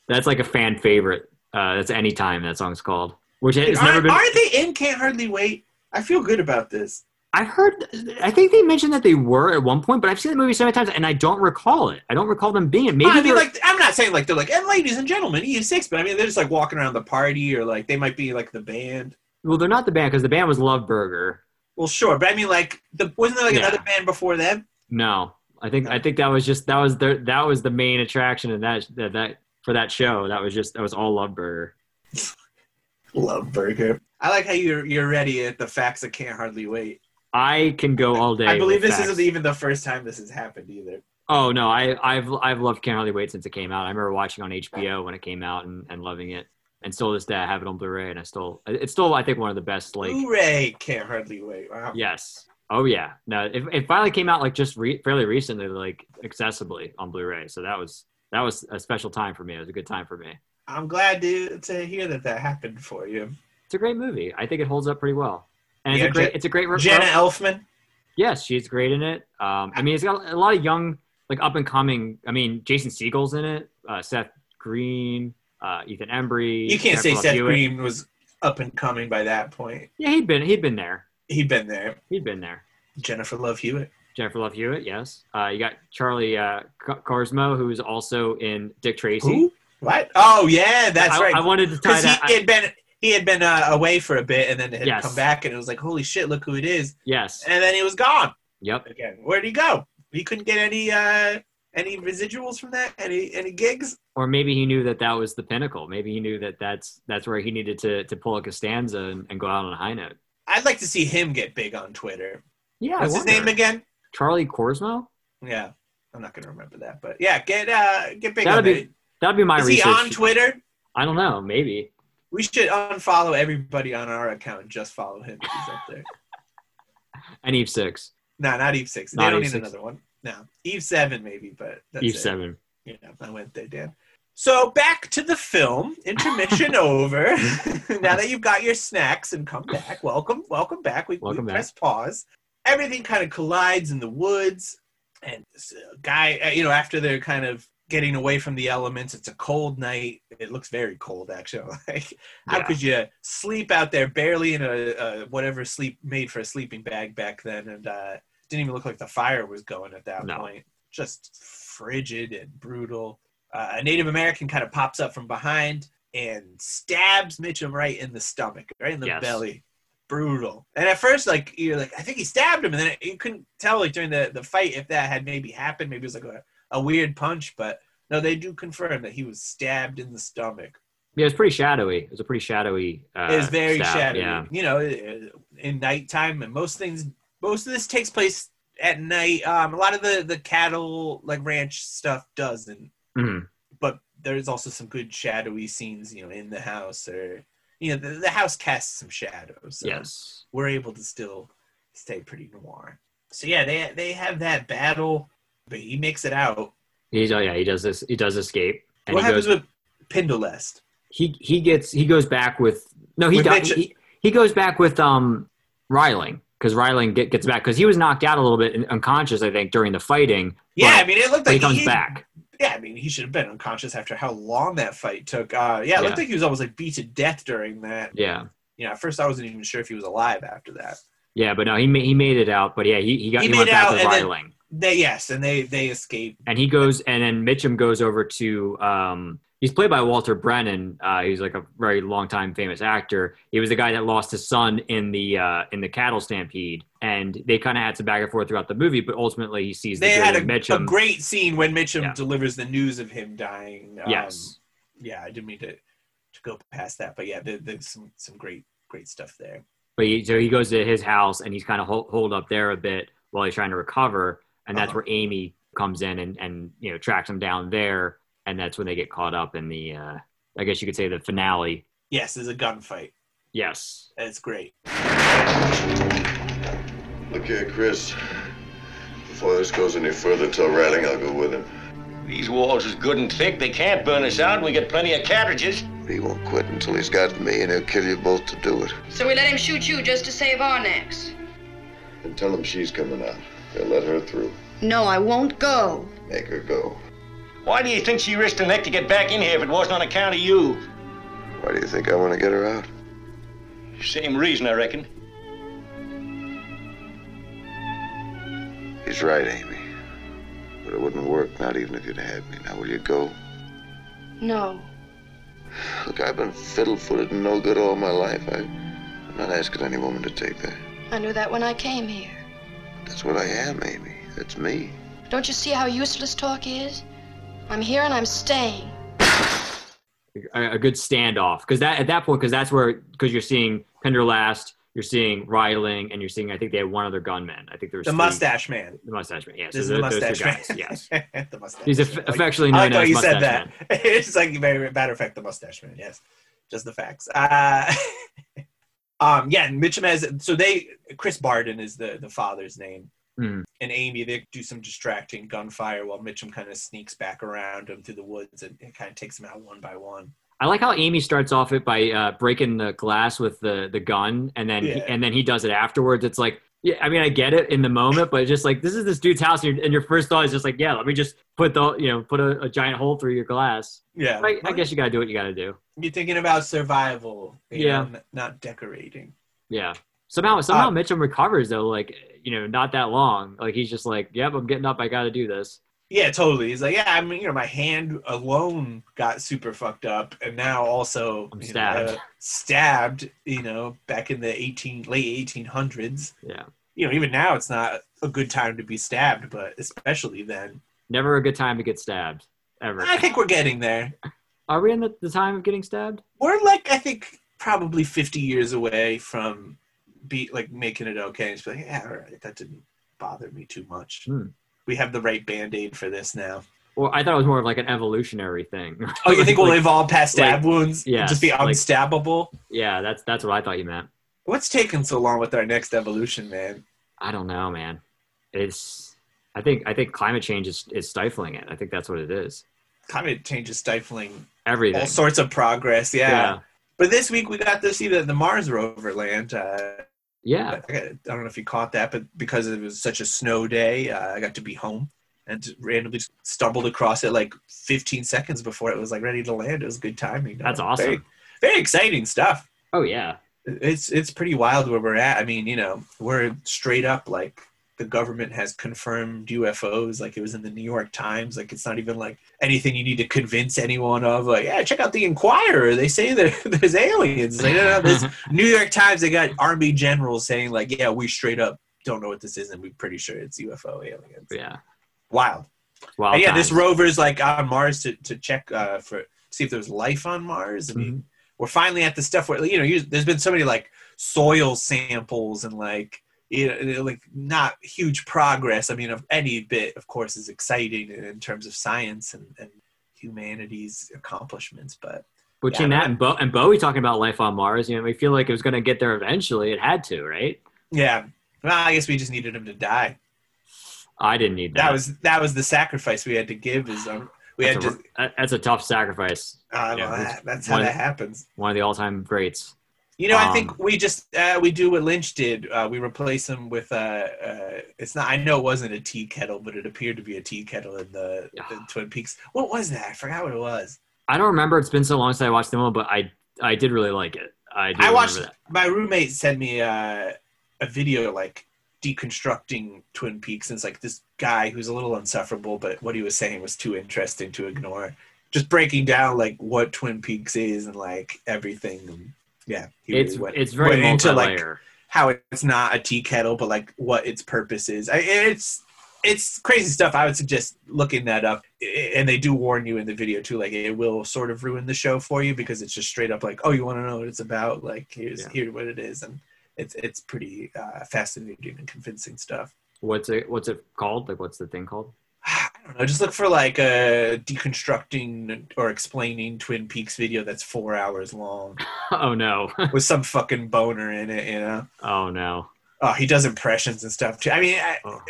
S2: That's like a fan favorite. Uh, that's anytime that song's called, which has never
S1: Aren't,
S2: been.
S1: aren't they in Can't Hardly Wait? I feel good about this.
S2: I've heard. I think they mentioned that they were at one point, but I've seen the movie so many times and I don't recall it. I don't recall them being. it. Maybe
S1: I mean,
S2: they're-
S1: like, I'm not saying like they're like, and ladies and gentlemen, E6, but I mean, they're just like walking around the party or like they might be like the band.
S2: well, they're not the band because the band was Love Burger.
S1: Well, sure, but I mean, like, the, wasn't there like
S2: Yeah.
S1: another band before them?
S2: No, I think
S1: No.
S2: I think that was just that was the that was the main attraction of that that, that for that show. That was just that was all Love Burger.
S1: Love Burger. I like how you're you're ready at the facts of Can't Hardly Wait.
S2: I can go all day.
S1: I believe
S2: with
S1: this
S2: facts.
S1: isn't even the first time this has happened either.
S2: Oh no, I I've I've loved Can't Hardly Wait since it came out. I remember watching on HBO when it came out and, and loving it. And still to this day, I have it on Blu-ray, and I still it's still I think one of the best like
S1: Hooray! Can't Hardly Wait. Wow.
S2: yes. Oh yeah, no. It, it finally came out like just re- fairly recently, like accessibly on Blu-ray. So that was that was a special time for me. It was a good time for me.
S1: I'm glad to to hear that that happened for you.
S2: it's a great movie. I think it holds up pretty well, and
S1: Yeah,
S2: it's a great.
S1: Je-
S2: it's a great.
S1: Jenna Elfman.
S2: Yes, she's great in it. Um, I mean, it's got a lot of young, like up and coming. I mean, Jason Siegel's in it. Uh, Seth Green, uh, Ethan Embry.
S1: You can't say
S2: Jennifer Love
S1: Seth
S2: Hewitt.
S1: Green was up and coming by that point.
S2: Yeah, he'd been he'd been there.
S1: He'd been there.
S2: He'd been there.
S1: Jennifer Love Hewitt.
S2: Jennifer Love Hewitt. Yes. Uh, you got Charlie uh, Ca- Carsmo, who's also in Dick Tracy.
S1: Who? What? Oh yeah, that's
S2: I, I
S1: right.
S2: wanted to tie
S1: Because he
S2: that. I-
S1: had been he had been uh, away for a bit, and then had
S2: Yes.
S1: come back, and it was like, holy shit, look who it is.
S2: yes.
S1: And then he was gone
S2: Yep.
S1: again. Where'd he go? He couldn't get any uh any residuals from that. Any any gigs?
S2: Or maybe he knew that that was the pinnacle. Maybe he knew that that's that's where he needed to to pull a Costanza and, and go out on a high note.
S1: I'd like to see him get big on Twitter.
S2: Yeah, I
S1: What's his
S2: wonder.
S1: name again?
S2: Charlie Corsmo.
S1: Yeah, I'm not gonna remember that, but yeah, get uh get big
S2: That'd
S1: on
S2: be
S1: it.
S2: That'd be my
S1: Is he
S2: research.
S1: on Twitter?
S2: I don't know. Maybe
S1: We should unfollow everybody on our account and just follow him. If he's up there.
S2: and Eve six,
S1: No, not Eve six. They
S2: Not
S1: don't
S2: Eve
S1: need
S2: 6.
S1: another one. No, Eve seven maybe, but that's
S2: Eve
S1: it.
S2: seven.
S1: Yeah, I went there, Dan. So back to the film. Intermission over. now that you've got your snacks and come back, welcome, welcome back. We,
S2: Welcome
S1: we
S2: back.
S1: press pause. Everything kind of collides in the woods, and this uh, guy, uh, you know, after they're kind of getting away from the elements, it's a cold night. It looks very cold, actually. like, how
S2: Yeah.
S1: could you sleep out there barely in a, a whatever sleep made for a sleeping bag back then? And uh, didn't even look like the fire was going at that
S2: No.
S1: point. Just frigid and brutal. Uh, a Native American kind of pops up from behind and stabs Mitchum right in the stomach, right in the
S2: Yes.
S1: belly. Brutal. And at first, like you're like, I think he stabbed him, and then you couldn't tell like during the the fight if that had maybe happened. Maybe it was like a, a weird punch, but no, they do confirm that he was stabbed in the stomach.
S2: Yeah, it was pretty shadowy. It was a pretty shadowy. Uh,
S1: It's very
S2: stab,
S1: shadowy.
S2: Yeah,
S1: You know, uh, in nighttime, and most things, most of this takes place at night. Um, a lot of the the cattle like ranch stuff doesn't,
S2: Mhm.
S1: but there's also some good shadowy scenes. You know, in the house or you know, the, the house casts some shadows. So
S2: yes.
S1: we're able to still stay pretty noir. So yeah, they they have that battle, but he makes it out.
S2: He's oh yeah, he does this. He does escape. And
S1: what
S2: he
S1: happens
S2: goes,
S1: with Pindalest?
S2: he he gets he goes back with no he
S1: With
S2: does
S1: Mitchum.
S2: he, he goes back with um Ryling because Ryling get, gets back because he was knocked out a little bit and unconscious I think during the fighting.
S1: Yeah, I
S2: but,
S1: mean, it looked
S2: but
S1: like
S2: he comes
S1: he-
S2: back.
S1: yeah, I mean, he should have been unconscious after how long that fight took. Uh, yeah, it
S2: Yeah.
S1: looked like he was almost like beat to death during that.
S2: Yeah.
S1: You know, at first I wasn't even sure if he was alive after that.
S2: Yeah, but no, he ma- he made it out. But yeah, he, he got
S1: He
S2: he,
S1: made
S2: went
S1: it
S2: back
S1: out
S2: with
S1: and then-
S2: Ryling,
S1: They yes, and they they escaped.
S2: and he goes, and then Mitchum goes over to um, He's played by Walter Brennan. Uh, he's like a very long time famous actor. He was the guy that lost his son in the uh, in the cattle stampede, and they kind of had some back and forth throughout the movie. But ultimately, he sees the
S1: They
S2: good
S1: had
S2: in
S1: a, a
S2: Mitchum.
S1: great scene when Mitchum
S2: Yeah.
S1: delivers the news of him dying. Um,
S2: yes,
S1: Yeah, I didn't mean to, to go past that, but yeah, there, there's some, some great great stuff there.
S2: but he, so he goes to his house and he's kind of hold, holed up there a bit while he's trying to recover, and that's
S1: Uh-huh.
S2: where Amy comes in and and you know tracks him down there, and that's when they get caught up in the uh, I guess you could say the finale.
S1: Yes, there's a gunfight.
S2: Yes,
S1: That's great.
S3: Look here, Chris. Before this goes any further, tell Ratting I'll go with him.
S6: These walls is good and thick. They can't burn us out. We got plenty of cartridges.
S3: He won't quit until he's got me, and he'll kill you both to do it.
S5: So we let him shoot you just to save our necks.
S3: And tell him she's coming out. They'll let her through.
S5: No, I won't go.
S3: Make her go.
S6: Why do you think she risked her neck to get back in here if it wasn't on account of you?
S3: Why do you think I want to get her out?
S6: Same reason, I reckon.
S3: He's right, Amy. But it wouldn't work, not even if you'd had me. Now, will you go?
S5: No.
S3: Look, I've been fiddle footed and no good all my life. I, I'm not asking any woman to take that.
S5: I knew that when I came here.
S3: That's what I am, Amy. That's me.
S5: Don't you see how useless talk is? I'm here and I'm staying.
S2: a, a good standoff because that at that point because that's where because you're seeing Penderlast, you're seeing Ryling, and you're seeing I think they had one other gunman. I think there was
S1: The
S2: three-
S1: mustache man.
S2: the mustache man. Yeah, so
S1: This is the
S2: tho- those two
S1: mustache man.
S2: guys, yes,
S1: the mustache.
S2: he's
S1: man.
S2: aff-
S1: Like,
S2: affectionately
S1: I
S2: known
S1: thought
S2: as
S1: you
S2: mustache
S1: said that.
S2: man.
S1: it's like very matter of fact, the mustache man. Yes, just the facts. Uh, um, yeah, and Mitchum has so they Chris Barden is the the father's name,
S2: Mhm.
S1: and Amy they do some distracting gunfire while Mitchum kind of sneaks back around him through the woods and, kind of takes him out one by one.
S2: I like how Amy starts off it by uh, breaking the glass with the the gun, and then he,
S1: Yeah.
S2: and then he does it afterwards. It's like. Yeah, I mean, I get it in the moment, but it's just like this is this dude's house, and, your- and your first thought is just like, yeah, let me just put the, you know, put a, a giant hole through your glass.
S1: Yeah,
S2: I, I guess you gotta do what you gotta do.
S1: you're thinking about survival. you
S2: Yeah.
S1: know, n- not decorating.
S2: Yeah. Somehow,
S1: Uh,
S2: somehow Mitchum recovers though. Like you know, not that long. Like he's just like, "Yep, I'm getting up. I got to do this."
S1: Yeah, totally. He's like, yeah, I mean, you know, my hand alone got super fucked up, and now also
S2: I'm
S1: you know,
S2: stabbed.
S1: uh, stabbed, you know, back in the eighteen late eighteen hundreds.
S2: Yeah.
S1: You know, even now it's not a good time to be stabbed, but especially then.
S2: Never a good time to get stabbed ever.
S1: I think we're getting there.
S2: Are we in the, the time of getting stabbed?
S1: We're like, I think probably fifty years away from be like making it okay. It's like, yeah, all right, that didn't bother me too much.
S2: Hmm.
S1: We have the right band aid for this now.
S2: Or I thought it was more of like an evolutionary thing.
S1: Oh, you think
S2: Like,
S1: we'll evolve past stab wounds?
S2: yes,
S1: just be
S2: like-
S1: unstabbable.
S2: yeah, that's that's what I thought you meant.
S1: What's taking so long with our next evolution, man?
S2: I don't know, man. It's I think I think climate change is is stifling it. I think that's what it is.
S1: Climate change is stifling
S2: Everything.
S1: all sorts of progress. Yeah. But this week we got to see the, the Mars rover land. Uh,
S2: Yeah.
S1: I,
S2: yeah.
S1: got- I don't know if you caught that, but because it was such a snow day, uh, I got to be home and randomly stumbled across it like 15 seconds before it was like ready to land. It was good timing.
S2: That's
S1: Uh,
S2: awesome.
S1: Very, very exciting stuff.
S2: Oh yeah.
S1: it's it's pretty wild where we're at. I mean, you know, we're straight up like the government has confirmed UFOs. Like it was in the New York Times. Like it's not even like anything you need to convince anyone of. Like, yeah, check out the Inquirer. They say that there's aliens. Like, no, no, this New York Times. They got army generals saying like, yeah, we straight up don't know what this is, and we're pretty sure it's UFO aliens.
S2: yeah.
S1: Wild.
S2: Wow.
S1: And yeah, this rover's like on Mars to to check uh, for see if there's life on Mars. I mean,
S2: Mm-hmm.
S1: we're finally at the stuff where you know you, there's been so many like soil samples and like you know like not huge progress i mean of any bit of course is exciting in, in terms of science and, and humanity's accomplishments but
S2: Between
S1: Yeah,
S2: that and, Bo- and Bowie talking about life on Mars, you know, we feel like it was going to get there eventually. It had to, right?
S1: yeah well i guess we just needed him to die
S2: I didn't need that.
S1: that was that was the sacrifice we had to give is um, we
S2: that's,
S1: had
S2: a,
S1: to
S2: that- that's a tough sacrifice.
S1: uh,
S2: yeah,
S1: well,
S2: it's
S1: that's how
S2: one-
S1: that happens
S2: One of the all-time greats.
S1: You know, I
S2: Um,
S1: think we just uh, we do what Lynch did. Uh, we replace him with uh, uh, it's not. I know it wasn't a tea kettle, but it appeared to be a tea kettle in the, the Twin Peaks. What was that? I forgot what it was.
S2: I don't remember. It's been so long since I watched the movie, but I I did really like it. I, do
S1: I
S2: remember
S1: watched.
S2: that.
S1: My roommate sent me uh, a video like deconstructing Twin Peaks, and it's like this guy who's a little insufferable, but what he was saying was too interesting to ignore. just breaking down like what Twin Peaks is and like everything. And, yeah, he
S2: it's
S1: really went-
S2: it's very
S1: went into like
S2: multi-layer.
S1: how it's not a tea kettle, but like what its purpose is. I, it's it's crazy stuff. I would suggest looking that up. I- And they do warn you in the video too, like it will sort of ruin the show for you because it's just straight up like, oh, you want to know what it's about? Like here's
S2: Yeah.
S1: here what it is, and it's it's pretty uh, fascinating and convincing stuff.
S2: what's it what's it called? Like what's the thing called?
S1: I don't know. Just look for like a deconstructing or explaining Twin Peaks video that's four hours long
S2: Oh no.
S1: with some fucking boner in it. You know.
S2: oh no.
S1: Oh, he does impressions and stuff too. I mean, I,
S2: Oh.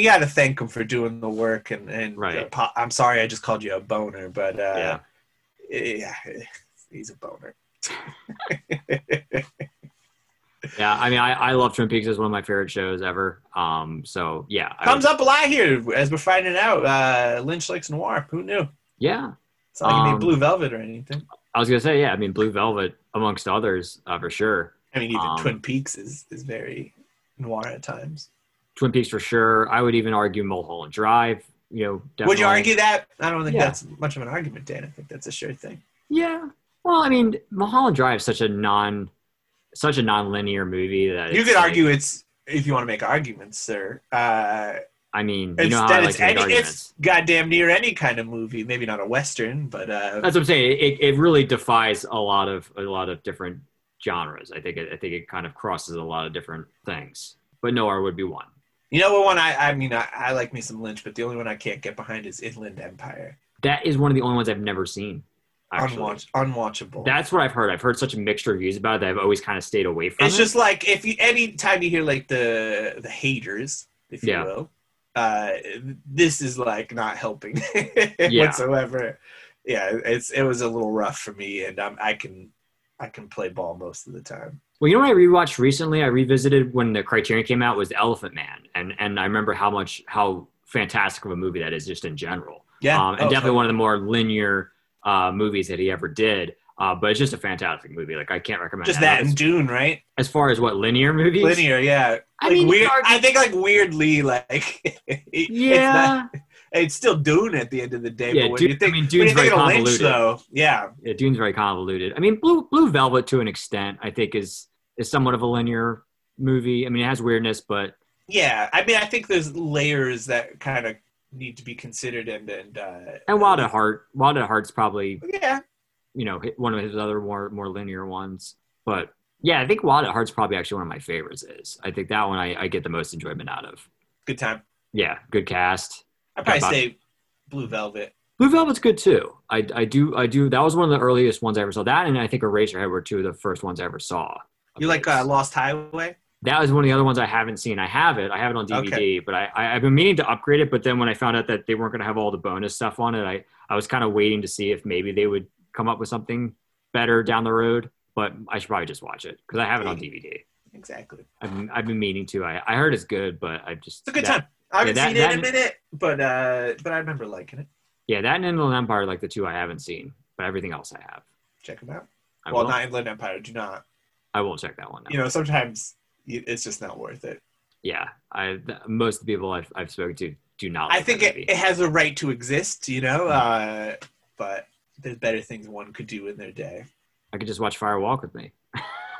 S1: you got to thank him for doing the work. And and
S2: Right.
S1: uh, po- I'm sorry, I just called you a boner, but uh,
S2: Yeah.
S1: yeah, he's a boner.
S2: Yeah, I mean I, I love Twin Peaks, it's one of my favorite shows ever. Um so yeah. I
S1: Comes
S2: would-
S1: up a lot here, as we're finding out. Uh, Lynch likes noir. Who knew?
S2: Yeah.
S1: It's not like he
S2: Um,
S1: made Blue Velvet or anything.
S2: I was gonna say, yeah, I mean Blue Velvet amongst others, uh, for sure.
S1: I mean, even
S2: um,
S1: Twin Peaks is is very noir at times.
S2: Twin Peaks for sure. I would even argue Mulholland Drive, you know, definitely.
S1: Would you argue that? I don't think
S2: Yeah.
S1: that's much of an argument, Dan. I think that's a sure thing.
S2: Yeah. Well, I mean, Mulholland Drive is such a non such a non-linear movie that
S1: you
S2: it's
S1: could
S2: like-
S1: argue it's if you want to make arguments, sir. Uh,
S2: I mean, you
S1: It's,
S2: know how I
S1: that
S2: like
S1: it's,
S2: to make
S1: any,
S2: arguments.
S1: it's goddamn near any kind of movie. Maybe not a western, but uh,
S2: That's what I'm saying. It, it really defies a lot of a lot of different genres. I think it, I think it kind of crosses a lot of different things. But Noir would be one.
S1: you know what one I I mean I, I like me some Lynch, but the only one I can't get behind is Inland Empire.
S2: That is one of the only ones I've never seen. Actually,
S1: Unwatch, unwatchable.
S2: that's what I've heard. I've heard such mixed reviews about it that I've always kind of stayed away from.
S1: it's
S2: it.
S1: just like if you any time you hear like the the haters, if
S2: Yeah.
S1: you will, uh, this is like not helping
S2: Yeah.
S1: whatsoever. Yeah, it's it was a little rough for me, and I'm, I can I can play ball most of the time.
S2: Well, you know what I rewatched recently? I revisited when the Criterion came out was The Elephant Man, and and I remember how much how fantastic of a movie that is just in general.
S1: Yeah,
S2: um, and
S1: Oh,
S2: definitely one of the more linear uh, movies that he ever did. Uh, but it's just a fantastic movie. Like I can't recommend
S1: just
S2: that.
S1: that and
S2: enough.
S1: Dune, right?
S2: as far as what linear movies.
S1: linear yeah
S2: I
S1: Like,
S2: mean, you
S1: weird,
S2: could argue-
S1: i think like weirdly like it- it's not-
S2: Yeah,
S1: it's still dune at the end of the day
S2: Yeah,
S1: but when
S2: Dune-
S1: you think,
S2: I mean,
S1: when you
S2: Dune's
S1: think
S2: very
S1: of lynch
S2: convoluted.
S1: though yeah
S2: yeah, Dune's very convoluted. I mean, Blue Blue Velvet to an extent, I think is is somewhat of a linear movie. I mean, it has weirdness, but
S1: yeah i mean i think there's layers that kind of need to be considered and and uh
S2: and Wild at Heart, Wild at Heart's probably
S1: yeah
S2: you know hit- one of his other more more linear ones but yeah i think wild at heart's probably actually one of my favorites is i think that one i, I get the most enjoyment out of
S1: good time
S2: yeah good cast
S1: i probably
S2: Bob.
S1: say blue velvet
S2: blue velvet's good too i i do i do that was one of the earliest ones i ever saw that and i think eraserhead were two of the first ones i ever saw of
S1: you like
S2: his.
S1: uh, lost highway
S2: that was one of the other ones i haven't seen i have it i have it on dvd but I, I i've been meaning to upgrade it but then when i found out that they weren't going to have all the bonus stuff on it i i was kind of waiting to see if maybe they would come up with something better down the road but i should probably just watch it because i have it on dvd
S1: exactly
S2: I've, I've been meaning to. I, I heard it's good, but I've just
S1: it's a good
S2: that-
S1: time i haven't
S2: that-
S1: seen it in a
S2: that-
S1: minute but uh but i remember liking it
S2: Yeah, that and Inland Empire, are, like the two I haven't seen, but everything else I have.
S1: check them out
S2: I
S1: well
S2: will.
S1: not inland empire do not
S2: I won't check that one. Now.
S1: you know sometimes you- it's just not worth it
S2: yeah, I th- most of the people I've, I've spoken to do not.
S1: I
S2: like
S1: think
S2: that
S1: it,
S2: movie.
S1: it has a right to exist, you
S2: Hmm.
S1: know, uh, but there's better things one could do in their day.
S2: I could just watch Fire Walk with me.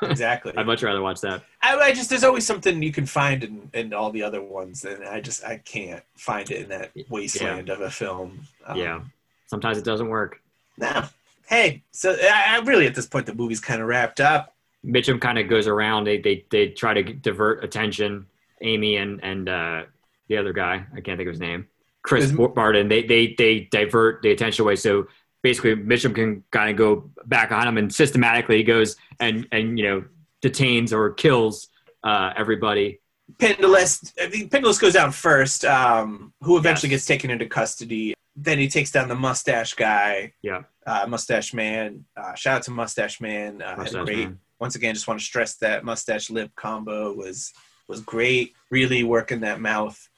S1: Exactly.
S2: I'd much rather watch that.
S1: I, I just there's always something you can find in, in all the other ones, and I just I can't find it in that wasteland of a film. Um,
S2: yeah, sometimes it doesn't work.
S1: No. Hey, so I, I really at this point the movie's kind of wrapped up.
S2: Mitchum kind of goes around. They they they try to divert attention. Amy and and uh, the other guy, I can't think of his name, Chris
S1: Is-
S2: Barton. They they they divert the attention away. So basically, Mitchum can kind of go back on him and systematically he goes and and you know detains or kills uh, everybody.
S1: Pendulous, I mean, Pendulous goes down first, um, who eventually
S2: Yes.
S1: gets taken into custody. Then he takes down the mustache guy.
S2: Yeah.
S1: Uh, mustache man. Uh, shout out to Mustache Man. Uh, had a
S2: Mustache
S1: great
S2: Man.
S1: once again just want to stress that mustache lip combo was was great really working that mouth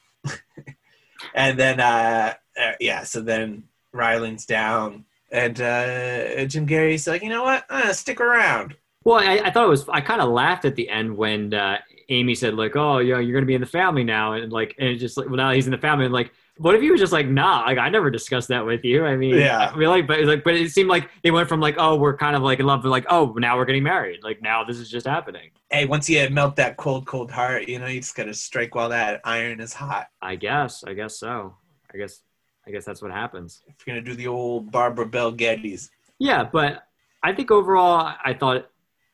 S1: and then uh, uh yeah so then Ryland's down and uh jim gary's like you know what uh, stick around
S2: Well, I, I thought it was. I kind of laughed at the end when uh, Amy said, "Like, oh, you know, you're going to be in the family now," and like, and it's just like, well, now he's in the family, and like, What if you were just like, nah, like I never discussed that with you. I mean,
S1: Yeah.
S2: really, but it's like, but it seemed like they went from like, oh, we're kind of like in love, to like, oh, now we're getting married. Like now this is just happening.
S1: Hey, once you melt that cold, cold heart, you know, you just gotta strike while that iron is hot.
S2: I guess, I guess so. I guess, I guess that's what happens.
S1: If you're gonna do the old Barbara Bel Geddes,
S2: Yeah, but I think overall, I thought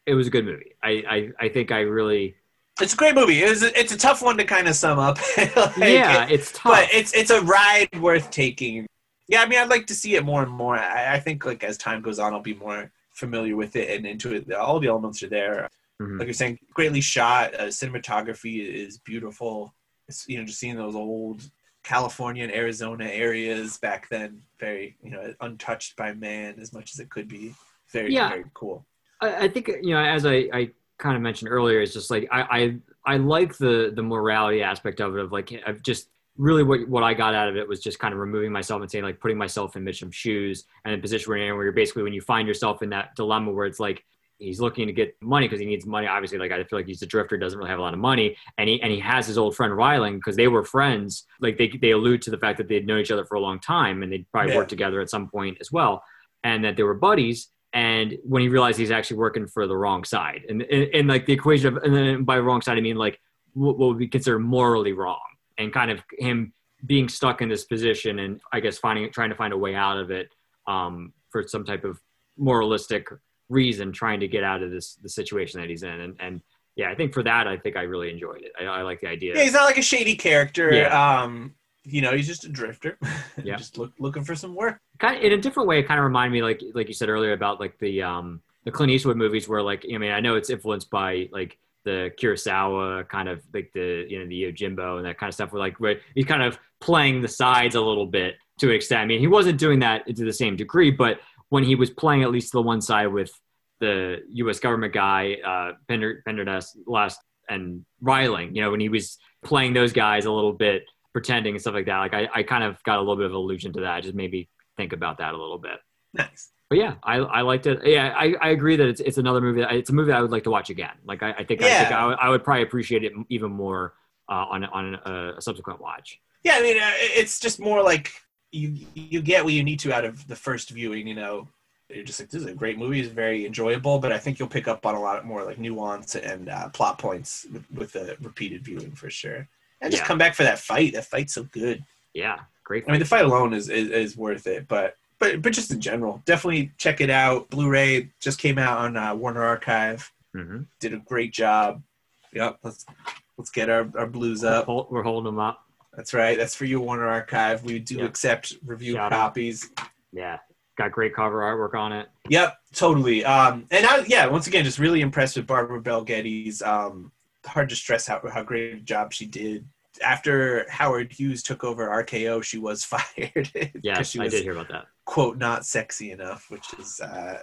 S2: it was a good movie. I, I, I think I really,
S1: it's a great movie. It's a, it's a tough one to kind of sum up. Like,
S2: yeah,
S1: it-
S2: it's tough.
S1: but it's it's a ride worth taking. Yeah, I mean, I'd like to see it more and more. I, I think like as time goes on, I'll be more familiar with it and into it. All the elements are there.
S2: Mhm.
S1: Like you're saying, greatly shot. Uh, cinematography is beautiful. It's, you know, just seeing those old California and Arizona areas back then, very you know untouched by man as much as it could be. Very
S2: Yeah.
S1: very cool.
S2: I, I think you know, as I, I kind of mentioned earlier, it's just like I, I I like the the morality aspect of it of like of just really what what I got out of it was just kind of removing myself and saying like putting myself in Mitchum's shoes and a position where you're, where you're basically when you find yourself in that dilemma where it's like he's looking to get money because he needs money obviously like i feel like he's a drifter doesn't really have a lot of money and he and he has his old friend ryling because they were friends like they, they allude to the fact that they'd known each other for a long time and they'd probably
S1: Yeah.
S2: worked together at some point as well and that they were buddies and when he realized he's actually working for the wrong side and and, and like the equation of and then by wrong side i mean like what, what would be considered morally wrong and kind of him being stuck in this position and i guess finding trying to find a way out of it um, for some type of moralistic reason trying to get out of this the situation that he's in and, and yeah i think for that i think i really enjoyed it i, I like the idea
S1: Yeah, he's not like a shady character. Um, you know, he's just a drifter.
S2: Yeah.
S1: just look, looking for some work.
S2: kind of, in a different way, it kind of reminded me, like like you said earlier, about like the um the Clint Eastwood movies, where like I mean, I know it's influenced by like the Kurosawa kind of like the you know the Yojimbo and that kind of stuff, where like where he's kind of playing the sides a little bit to an extent. I mean, he wasn't doing that to the same degree, but when he was playing at least the one side with the U.S. government guy, uh, Pender, Pendergast, last and Riling, you know, when he was playing those guys a little bit, pretending and stuff like that, like I, I kind of got a little bit of illusion to that, just maybe think about that a little bit.
S1: Nice.
S2: But yeah, I, I liked it. Yeah, I, I agree that it's, it's another movie. That, it's a movie I would like to watch again. Like I, I think, I, think
S1: Yeah.
S2: I, would- I would probably appreciate it even more uh, on on a, a subsequent watch.
S1: Yeah, I mean, uh, it- it's just more like you you get what you need to out of the first viewing. You know, you're just like, this is a great movie. It's very enjoyable, but I think you'll pick up on a lot more like nuance and uh, plot points with, with the repeated viewing for sure. And just
S2: Yeah.
S1: come back for that fight. That fight's so good.
S2: Yeah, great.
S1: I mean, the fight alone is, is is worth it, but but but just in general, definitely check it out. Blu-ray just came out on uh, Warner Archive.
S2: hmm
S1: Did a great job. Yep, let's let's get our, our blues up.
S2: we're holding them up.
S1: That's right. That's for you, Warner Archive. We do
S2: Yeah.
S1: accept review
S2: Shout out.
S1: copies.
S2: Yeah, got great cover artwork on it.
S1: Yep, totally. Um, and I, yeah, once again, just really impressed with Barbara Bel Geddes. Um, hard to stress how, how great a job she did. After Howard Hughes took over RKO, she was fired. 'Cause
S2: Yes,
S1: she
S2: I
S1: was,
S2: did hear about that.
S1: quote, not sexy enough, which is uh,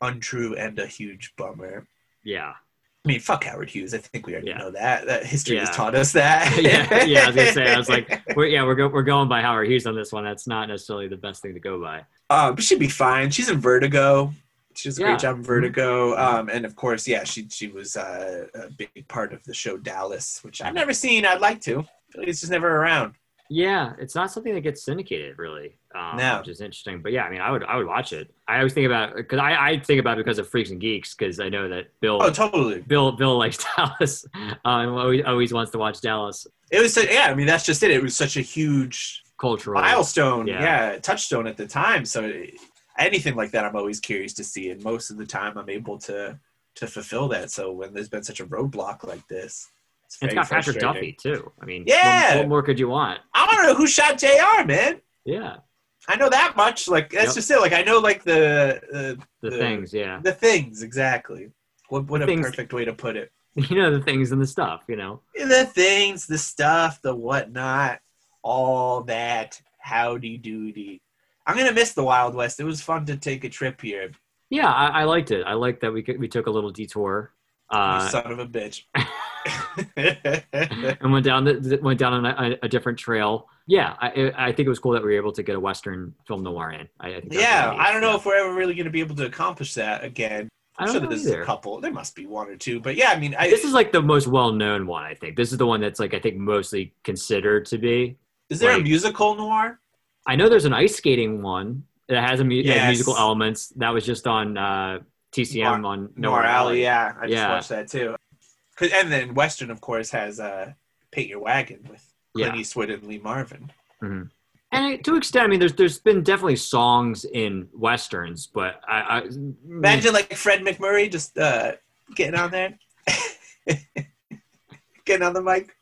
S1: untrue and a huge bummer.
S2: Yeah,
S1: I mean, fuck Howard Hughes. I think we already
S2: Yeah.
S1: know that. That history has
S2: Yeah.
S1: taught us that.
S2: yeah, yeah. I was gonna say, I was like, we're, yeah, we're go- we're going by Howard Hughes on this one. That's not necessarily the best thing to go by.
S1: Uh, but she'd be fine. She's in Vertigo. She does a
S2: Yeah. Mm-hmm.
S1: great job in Vertigo. Um, and of course, yeah, she she was uh, a big part of the show Dallas, which I've never seen. I'd like to. I feel like It's just never around.
S2: Yeah, it's not something that gets syndicated really, um,
S1: No.
S2: which is interesting. But yeah, I mean, I would I would watch it. I always think about because I, I think about it because of Freaks and Geeks because I know that Bill
S1: Oh, totally.
S2: Bill Bill likes Dallas uh, and always, always wants to watch Dallas
S1: It was. su- Yeah, I mean, that's just it. It was such a huge
S2: cultural.
S1: milestone.
S2: Yeah.
S1: Yeah, touchstone at the time. So it- anything like that, I'm always curious to see, and most of the time, I'm able to to fulfill that. So when there's been such a roadblock like this, it's,
S2: And
S1: very
S2: it's got Patrick
S1: frustrating.
S2: Duffy too. I mean,
S1: Yeah!
S2: what, what more could you want?
S1: I want to know who shot Jr. Man.
S2: Yeah,
S1: I know that much. Like that's
S2: Yep.
S1: just it. Like I know like the
S2: the
S1: The-
S2: things. Yeah,
S1: uh, the things exactly. What what
S2: The
S1: a
S2: things-
S1: perfect way to put it.
S2: you know the things and the stuff. You know.
S1: The things, the stuff, the whatnot, all that howdy doody. I'm gonna miss the Wild West. It was fun to take a trip here.
S2: Yeah, I, I liked it. I liked that we could, we took a little detour.
S1: you
S2: Uh,
S1: son of a bitch.
S2: and went down the, went down on a, a different trail. Yeah, I, I think it was cool that we were able to get a Western film noir in. I, I think that's
S1: yeah,
S2: really neat.
S1: I don't know if we're ever really gonna be able to accomplish that again.
S2: I don't
S1: sure
S2: know
S1: there's
S2: either.
S1: a couple. There must be one or two, but yeah, I mean, I,
S2: This is like the most well known one. I think this is the one that's like I think mostly considered to be.
S1: Is there a
S2: Right.
S1: musical noir?
S2: I know there's an ice skating one that has a mu- that has
S1: Yes.
S2: musical elements that was just on uh, TCM on
S1: Noir Alley, yeah. I just
S2: Yeah.
S1: watched that too. 'Cause- And then Western, of course, has uh, Paint Your Wagon with Clint
S2: Yeah.
S1: Eastwood and Lee Marvin.
S2: And to extent, I mean, there's there's been definitely songs in westerns, but I, I
S1: Imagine like Fred McMurray just uh, getting on there, getting on the mic.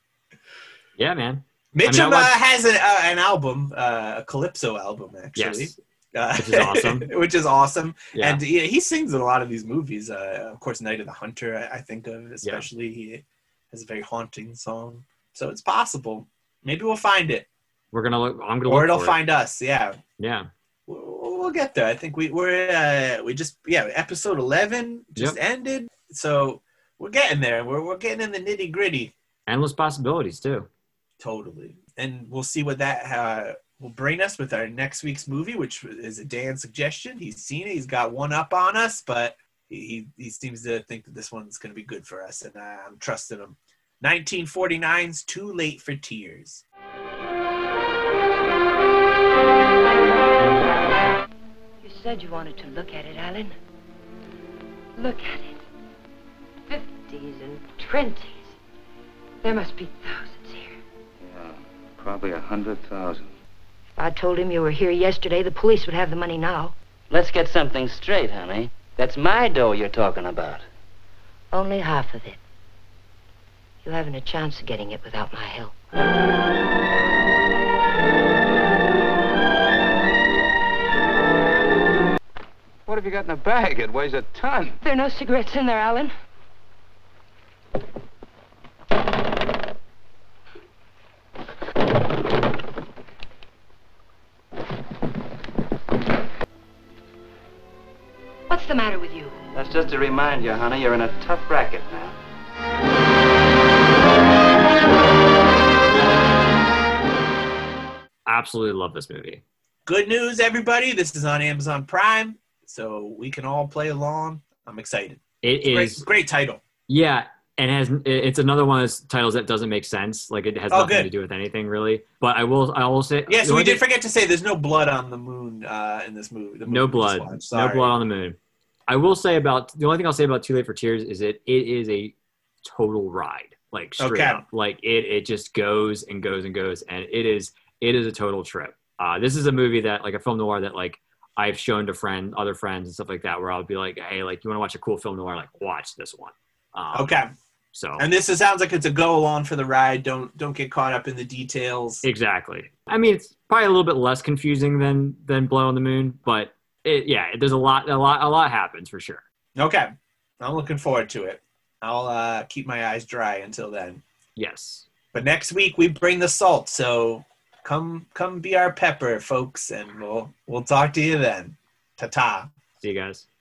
S2: yeah, man,
S1: Mitchum
S2: watched-
S1: uh, has an, uh, an album, uh, a Calypso album, actually.
S2: yes,
S1: Uh,
S2: Which is awesome.
S1: which is awesome.
S2: yeah,
S1: And yeah, he sings in a lot of these movies. Uh, of course, Night of the Hunter, I, I think of especially. He has a very haunting song. So it's possible. Maybe we'll find it,
S2: we're gonna look. I'm gonna
S1: or
S2: look
S1: it'll
S2: for it.
S1: find us. Yeah,
S2: Yeah,
S1: we'll, we'll get there. I think we we're uh, we just yeah episode eleven just ended, so we're getting there. We're we're getting in the nitty gritty
S2: endless possibilities too.
S1: totally, and we'll see what that uh, will bring us with our next week's movie, which is a Dan suggestion. He's seen it. He's got one up on us, but he he, he seems to think that this one's going to be good for us, and I, I'm trusting him. 1949's Too Late for Tears.
S7: You said you wanted to look at it, Alan. Look at it. Fifties and twenties. There must be thousands here.
S8: Probably a hundred thousand.
S7: If I told him you were here yesterday, the police would have the money now.
S8: Let's get something straight, honey. That's my dough you're talking about.
S7: Only half of it. You haven't a chance of getting it without my help.
S8: What have you got in the bag? It weighs a ton.
S7: There are no cigarettes in there, Alan. What's the matter with you?
S8: That's just to remind you, honey, you're in a tough racket now.
S2: Absolutely love this movie.
S1: Good news, everybody. This is on Amazon Prime, so we can all play along. I'm excited.
S2: It
S1: Great,
S2: is
S1: great title.
S2: yeah, and has it's another one of those titles that doesn't make sense. Like it has
S1: Oh,
S2: nothing
S1: good.
S2: to do with anything really. But I will I will say
S1: Yes,
S2: the
S1: we
S2: only
S1: did
S2: thing-
S1: forget to say there's no blood on the moon uh, in this movie. the movie
S2: no
S1: we just
S2: blood,
S1: watched.
S2: no
S1: Sorry.
S2: blood on the moon. I will say about the only thing I'll say about Too Late for Tears is that it is a total ride, like straight
S1: Okay.
S2: up, like it it just goes and goes and goes, and it is it is a total trip. Uh, this is a movie that like a film noir that like I've shown to friend other friends and stuff like that, where I'll be like, hey, like you want to watch a cool film noir, like watch this one. Um,
S1: Okay,
S2: so
S1: and this is, sounds like it's a go along for the ride. Don't don't get caught up in the details.
S2: Exactly. I mean, it's probably a little bit less confusing than than Blow on the Moon, but it, yeah, there's a lot, a lot, a lot happens for sure.
S1: Okay, I'm looking forward to it. I'll uh, keep my eyes dry until then.
S2: Yes.
S1: But next week we bring the salt, so come come be our pepper, folks, and we'll we'll talk to you then. Ta ta.
S2: See you guys.